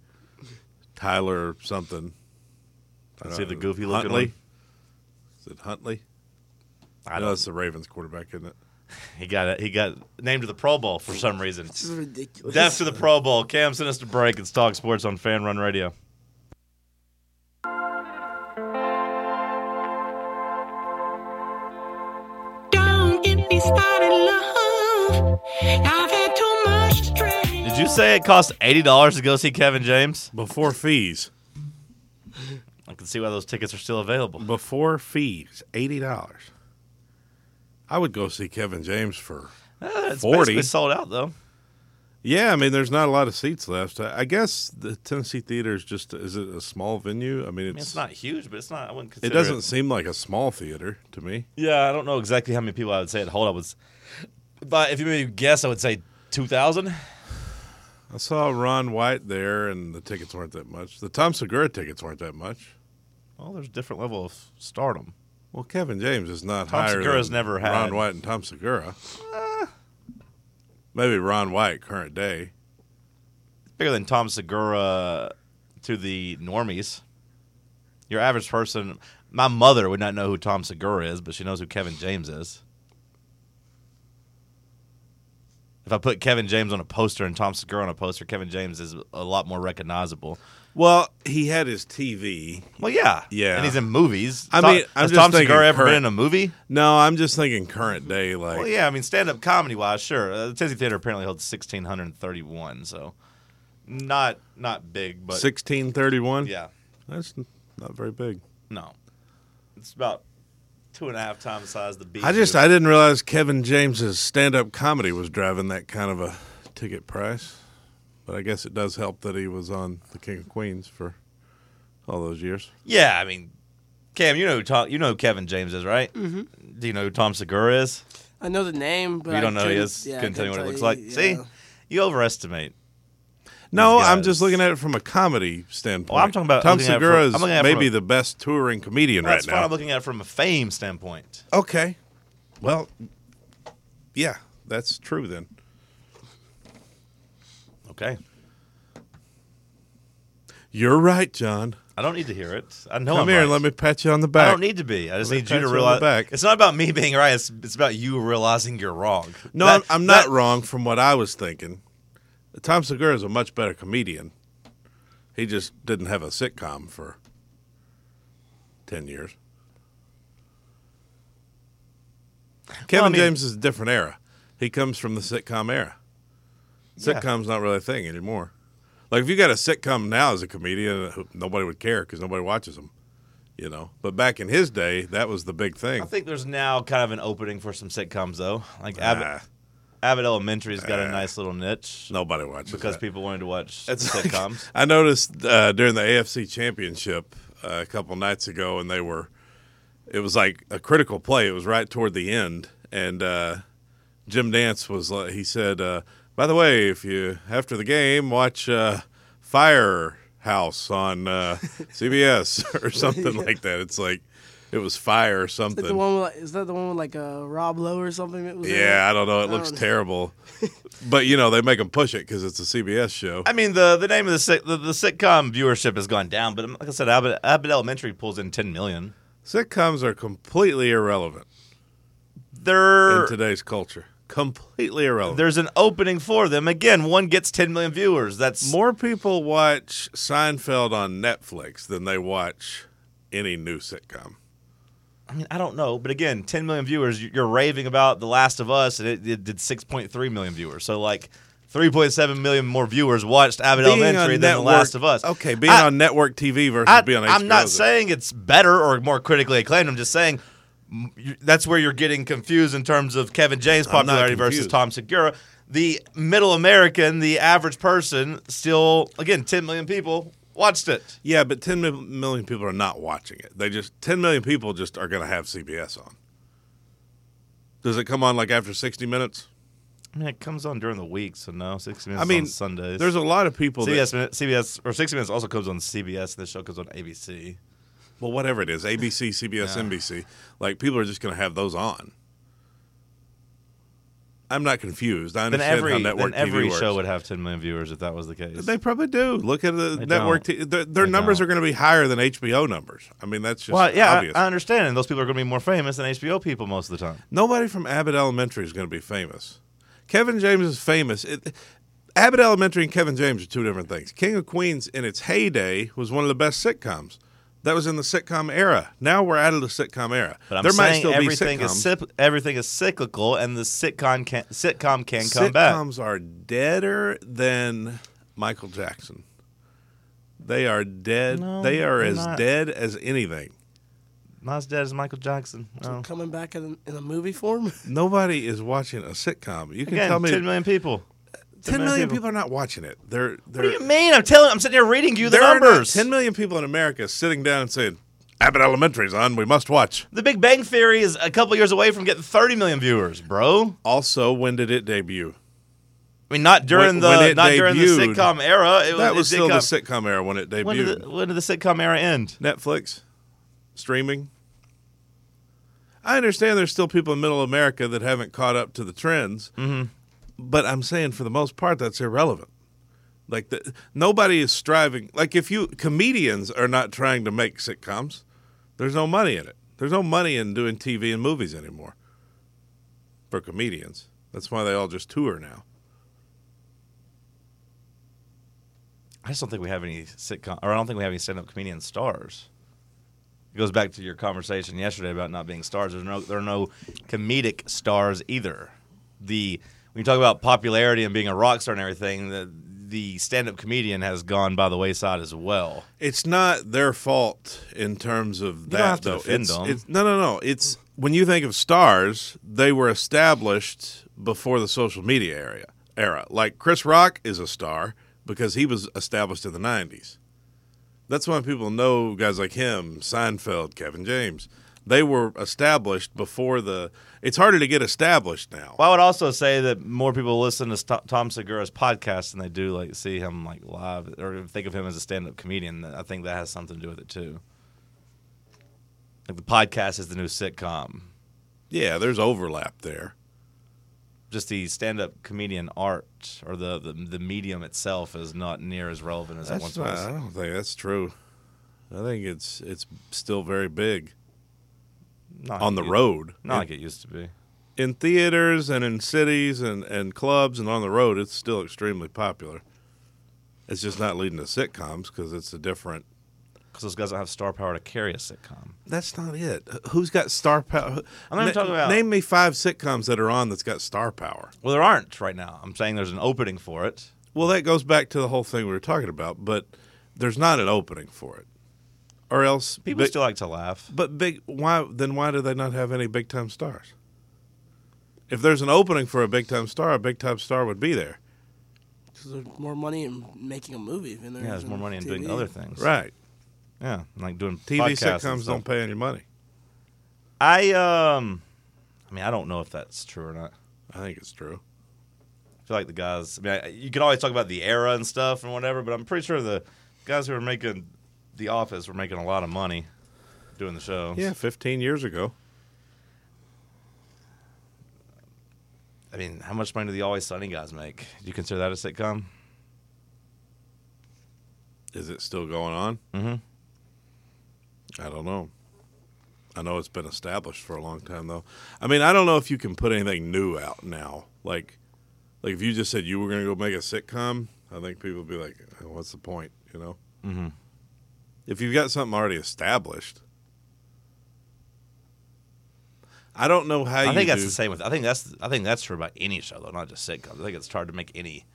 Speaker 6: Tyler something.
Speaker 5: Let's see the
Speaker 6: Uh,
Speaker 5: goofy looking
Speaker 6: Huntley.
Speaker 5: one.
Speaker 6: Is it Huntley?
Speaker 5: I
Speaker 6: No,
Speaker 5: don't.
Speaker 6: it's the Ravens quarterback, isn't it?
Speaker 5: He got it. He got named to the Pro Bowl for some reason.
Speaker 7: This is ridiculous.
Speaker 5: Death to the Pro Bowl. Cam, send us to break. It's Talk Sports on Fan Run Radio.
Speaker 8: Don't get me started, love. I've had too much stress.
Speaker 5: Did you say it cost eighty dollars to go see Kevin James?
Speaker 6: Before fees.
Speaker 5: I can see why those tickets are still available.
Speaker 6: Before fees, eighty dollars. I would go see Kevin James for
Speaker 5: Eh, it's
Speaker 6: 40.
Speaker 5: basically sold out though.
Speaker 6: Yeah, I mean, there's not a lot of seats left. I I guess the Tennessee Theater is just, is it a small venue? I mean, it's,
Speaker 5: I mean, it's not huge, but it's not. I wouldn't
Speaker 6: it
Speaker 5: consider
Speaker 6: doesn't seem like a small theater to me.
Speaker 5: Yeah, I don't know exactly how many people I would say it hold up was, but if you maybe guess, I would say two thousand.
Speaker 6: I saw Ron White there, and the tickets weren't that much. The Tom Segura tickets weren't that much.
Speaker 5: Well, there's a different level of stardom.
Speaker 6: Well, Kevin James is not
Speaker 5: Tom
Speaker 6: higher
Speaker 5: Segura's
Speaker 6: than
Speaker 5: never had-
Speaker 6: Ron White and Tom Segura. Maybe Ron White current day.
Speaker 5: bigger than Tom Segura to the normies. Your average person, my mother would not know who Tom Segura is, but she knows who Kevin James is. If I put Kevin James on a poster and Tom Segura on a poster, Kevin James is a lot more recognizable.
Speaker 6: Well, he had his TV.
Speaker 5: Well, yeah,
Speaker 6: Yeah.
Speaker 5: and he's in movies.
Speaker 6: I
Speaker 5: Tom-
Speaker 6: mean, I'm
Speaker 5: has
Speaker 6: just
Speaker 5: Tom
Speaker 6: thinking
Speaker 5: Segura ever
Speaker 6: current-
Speaker 5: been in a movie?
Speaker 6: No, I'm just thinking current day. Like,
Speaker 5: Well, yeah, I mean, stand up comedy wise, sure. Uh, the Tennessee Theater apparently held sixteen hundred and thirty one, so not not big, but
Speaker 6: 1631.
Speaker 5: yeah.
Speaker 6: that's not very big.
Speaker 5: No, it's about two and a half times the size of the beach.
Speaker 6: I just I didn't realize Kevin James's stand up comedy was driving that kind of a ticket price. But I guess it does help that he was on The King of Queens for all those years.
Speaker 5: yeah, I mean, Cam, you know who Tom, you know who Kevin James is, right? Mm-hmm. Do you know who Tom Segura is?
Speaker 7: I know the name, but
Speaker 5: you
Speaker 7: I
Speaker 5: don't know who he
Speaker 7: couldn't-
Speaker 5: is.
Speaker 7: yeah, I
Speaker 5: Couldn't tell you what it looks
Speaker 7: couldn't
Speaker 5: like.
Speaker 7: tell
Speaker 5: See,
Speaker 7: you,
Speaker 5: you overestimate.
Speaker 6: No,
Speaker 5: These
Speaker 6: I'm
Speaker 5: guys.
Speaker 6: just looking at it from a comedy standpoint.
Speaker 5: Well, I'm talking about
Speaker 6: Tom
Speaker 5: looking at it
Speaker 6: Segura
Speaker 5: from-
Speaker 6: is
Speaker 5: I'm looking at it
Speaker 6: maybe
Speaker 5: from a-
Speaker 6: the best touring comedian
Speaker 5: That's
Speaker 6: right
Speaker 5: fine.
Speaker 6: now.
Speaker 5: I'm looking at it from a fame standpoint.
Speaker 6: okay, well, yeah, that's true then.
Speaker 5: Okay,
Speaker 6: You're right, John.
Speaker 5: I don't need to hear it. I know.
Speaker 6: Come
Speaker 5: I'm
Speaker 6: here
Speaker 5: right.
Speaker 6: and let me pat you on the back.
Speaker 5: I don't need to be. I just
Speaker 6: Let me
Speaker 5: need you
Speaker 6: pat
Speaker 5: to
Speaker 6: you on the
Speaker 5: realize.
Speaker 6: back.
Speaker 5: It's not about me being right. It's, it's about you realizing you're wrong.
Speaker 6: No,
Speaker 5: That-
Speaker 6: I'm, I'm
Speaker 5: that-
Speaker 6: not wrong from what I was thinking. Tom Segura is a much better comedian. He just didn't have a sitcom for 10 years. Kevin
Speaker 5: mean-
Speaker 6: James is a different era. He comes from the sitcom era. Sitcom's not really a thing anymore. Like, if you got a sitcom now as a comedian, uh, nobody would care because nobody watches them, you know? But back in his day, that was the big thing.
Speaker 5: I think there's now kind of an opening for some sitcoms though. Like Abbott,
Speaker 6: Ah,
Speaker 5: Abbott Elementary's got a nice little niche
Speaker 6: nobody watches
Speaker 5: because
Speaker 6: that.
Speaker 5: people wanted to watch
Speaker 6: It's like-
Speaker 5: sitcoms.
Speaker 6: I noticed uh, during the AFC Championship uh, a couple nights ago, and they were, it was like a critical play. It was right toward the end, and uh, Jim Nance was like, he said, uh, "By the way, if you after the game watch uh, Firehouse on uh, CBS or something like that," it's like it was fire or
Speaker 7: Is
Speaker 6: something.
Speaker 7: that the one? With, like- is that the one with like uh, Rob Lowe or something? That was in it?
Speaker 6: yeah, I don't know. It looks
Speaker 7: don't know.
Speaker 6: terrible, but you know they make them push it because it's a CBS show.
Speaker 5: I mean, the the name of the, sit, the the sitcom viewership has gone down, but um, like I said, Abbott, Abbott Elementary pulls in 10 million.
Speaker 6: Sitcoms are completely irrelevant.
Speaker 5: There,
Speaker 6: in today's culture. Completely irrelevant.
Speaker 5: there's an opening for them. Again, one gets 10 million viewers. That's
Speaker 6: more people watch Seinfeld on Netflix than they watch any new sitcom.
Speaker 5: I mean, I don't know, but again, 10 million viewers. you- You're raving about The Last of Us, and it, it did 6.3 million viewers. So like. 3.7 million more viewers watched Abbott Elementary than The Last of Us.
Speaker 6: Okay, being
Speaker 5: I-
Speaker 6: on network TV versus
Speaker 5: I,
Speaker 6: being on HBO.
Speaker 5: am not
Speaker 6: is-
Speaker 5: saying it's better or more critically acclaimed. I'm just saying mm, you- that's where you're getting confused in terms of Kevin James'
Speaker 6: I'm not
Speaker 5: popularity versus
Speaker 6: confused.
Speaker 5: Tom Segura. The middle American, the average person, still again, 10 million people watched it.
Speaker 6: Yeah, but 10 mil- million people are not watching it. They just 10 million people just are going to have CBS on. Does it come on like after 60 minutes?
Speaker 5: I mean, it comes on during the week, so no, 60 minutes
Speaker 6: I mean,
Speaker 5: on Sundays.
Speaker 6: There's a lot of people that
Speaker 5: CBS, minute- CBS or 60 minutes also comes on CBS. and This show comes on ABC.
Speaker 6: well, whatever it is, ABC, CBS, NBC, like people are just going to have those on. I'm not confused. I
Speaker 5: Then
Speaker 6: understand how
Speaker 5: every
Speaker 6: network
Speaker 5: then every
Speaker 6: TV
Speaker 5: show would have
Speaker 6: works.
Speaker 5: 10 million viewers if that was the case.
Speaker 6: They probably do. Look at the
Speaker 5: They
Speaker 6: network.
Speaker 5: don't.
Speaker 6: T- their their
Speaker 5: They
Speaker 6: numbers
Speaker 5: don't.
Speaker 6: are going to be higher than HBO numbers. I mean, that's just
Speaker 5: well, yeah,
Speaker 6: obvious.
Speaker 5: I, I understand, and those people are going to be more famous than HBO people most of the time.
Speaker 6: Nobody from Abbott Elementary is going to be famous. Kevin James is famous. It, Abbott Elementary and Kevin James are two different things. King of Queens, in its heyday, was one of the best sitcoms. That was in the sitcom era. Now we're out of the sitcom era.
Speaker 5: But I'm
Speaker 6: there might
Speaker 5: saying
Speaker 6: still
Speaker 5: everything
Speaker 6: be
Speaker 5: is
Speaker 6: sitcoms.
Speaker 5: cyp- everything is cyclical, and the sitcom can, sitcom can come back.
Speaker 6: Sitcoms are deader than Michael Jackson. They are dead.
Speaker 5: No,
Speaker 6: they are
Speaker 5: they're
Speaker 6: as
Speaker 5: not.
Speaker 6: dead as anything.
Speaker 5: Not as dead as Michael Jackson. No.
Speaker 7: Coming back in, in a movie form.
Speaker 6: Nobody is watching a sitcom. You can
Speaker 5: Again,
Speaker 6: tell me
Speaker 5: ten million people.
Speaker 6: Ten million people. are not watching it. They're they're
Speaker 5: What do you mean? I'm telling. I'm sitting here reading you the
Speaker 6: there are not-
Speaker 5: numbers.
Speaker 6: Ten million people in America sitting down and saying, "Abbott Elementary's on. We must watch."
Speaker 5: The Big Bang Theory is a couple years away from getting 30 million viewers, bro.
Speaker 6: Also, when did it debut?
Speaker 5: I mean, not during
Speaker 6: When-
Speaker 5: the
Speaker 6: when it
Speaker 5: not during the
Speaker 6: debuted,
Speaker 5: sitcom era. It,
Speaker 6: that
Speaker 5: it
Speaker 6: was
Speaker 5: did
Speaker 6: still
Speaker 5: come-
Speaker 6: the sitcom era when it debuted.
Speaker 5: When did, the, when did the sitcom era end?
Speaker 6: Netflix, streaming. I understand there's still people in Middle America that haven't caught up to the trends, but I'm saying for the most part that's irrelevant. Like the, nobody is striving. Like if you comedians are not trying to make sitcoms, there's no money in it. There's no money in doing TV and movies anymore for comedians. That's why they all just tour now.
Speaker 5: I just don't think we have any sitcom, or I don't think we have any stand-up comedian stars. It goes back to your conversation yesterday about not being stars. There's no, there are no comedic stars either. The when you talk about popularity and being a rock star and everything, the the stand-up comedian has gone by the wayside as well.
Speaker 6: It's not their fault in terms of that,
Speaker 5: don't have to
Speaker 6: though.
Speaker 5: defend
Speaker 6: it's,
Speaker 5: them.
Speaker 6: it's- no, no, no. It's when you think of stars, they were established before the social media era. Era like Chris Rock is a star because he was established in the '90s. That's why people know guys like him, Seinfeld, Kevin James. They were established before the. It's harder to get established now.
Speaker 5: Well, I would also say that more people listen to Sto- Tom Segura's podcast than they do like see him like live or think of him as a stand-up comedian. I think that has something to do with it too. Like the podcast is the new sitcom.
Speaker 6: Yeah, there's overlap there.
Speaker 5: just the stand-up comedian art or the, the the medium itself is not near as relevant as it once
Speaker 6: That's not, I
Speaker 5: was.
Speaker 6: don't think that's true. I think it's it's still very big.
Speaker 5: Not
Speaker 6: on the
Speaker 5: like it-
Speaker 6: road.
Speaker 5: not
Speaker 6: in,
Speaker 5: like it used to be.
Speaker 6: in theaters and in cities and, and clubs and on the road, it's still extremely popular. It's just not leading to sitcoms because it's a different.
Speaker 5: Because those guys don't have star power to carry a sitcom.
Speaker 6: That's not it. Who's got star power?
Speaker 5: I'm not even talking about-
Speaker 6: Name me five sitcoms that are on that's got star power.
Speaker 5: Well, there aren't right now. I'm saying there's an opening for it.
Speaker 6: Well, that goes back to the whole thing we were talking about, but there's not an opening for it, or else
Speaker 5: People
Speaker 6: big-
Speaker 5: still like to laugh.
Speaker 6: But big why then why do they not have any big time stars? If there's an opening for a big time star, a big time star would be there.
Speaker 7: Because there's more money in making a movie than there
Speaker 5: Yeah,
Speaker 7: is
Speaker 5: there's more
Speaker 7: in
Speaker 5: money in
Speaker 7: TV.
Speaker 5: doing other things.
Speaker 6: Right.
Speaker 5: Yeah, like doing
Speaker 6: TV
Speaker 5: podcasts and
Speaker 6: sitcoms
Speaker 5: stuff.
Speaker 6: don't pay any money.
Speaker 5: I um, I mean, I don't know if that's true or not.
Speaker 6: I think it's true.
Speaker 5: I feel like the guys. I mean, I, you can always talk about the era and stuff and whatever, but I'm pretty sure the guys who were making The Office were making a lot of money doing the show.
Speaker 6: Yeah, 15 years ago.
Speaker 5: I mean, how much money do the Always Sunny guys make? Do you consider that a sitcom?
Speaker 6: Is it still going on? Mm-hmm. I don't know. I know it's been established for a long time though. I mean, I don't know if you can put anything new out now. Like like if you just said you were going to go make a sitcom, I think people would be like, "Oh, "What's the point?" you know? Mhm. If you've got something already established, I don't know how you
Speaker 5: I think that's
Speaker 6: do-
Speaker 5: the same with. I think that's. I think that's true about any show though, not just sitcoms. I think it's hard to make any.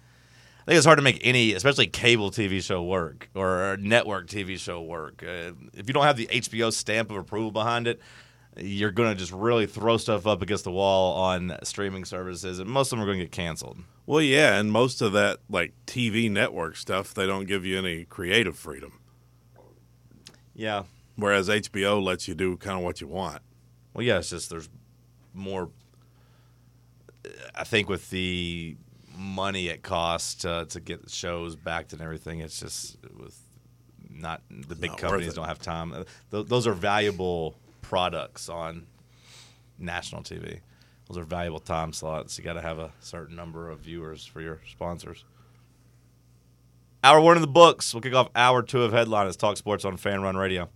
Speaker 5: I think it's hard to make any, especially cable TV show work or network TV show work. Uh, if you don't have the HBO stamp of approval behind it, you're going to just really throw stuff up against the wall on streaming services, and most of them are going to get canceled.
Speaker 6: Well, yeah, and most of that like TV network stuff, they don't give you any creative freedom,
Speaker 5: Yeah.
Speaker 6: whereas HBO lets you do kind of what you want.
Speaker 5: Well, yeah, it's just there's more. I think with the money it costs uh, to get shows backed and everything, it's just with not the big
Speaker 6: Not worth
Speaker 5: companies
Speaker 6: it.
Speaker 5: don't have time. Uh, Th- those are valuable products on national TV. Those are valuable time slots. You got to have a certain number of viewers for your sponsors. Hour one of the books. We'll kick off hour two of headline. It's Talk Sports on Fan Run Radio.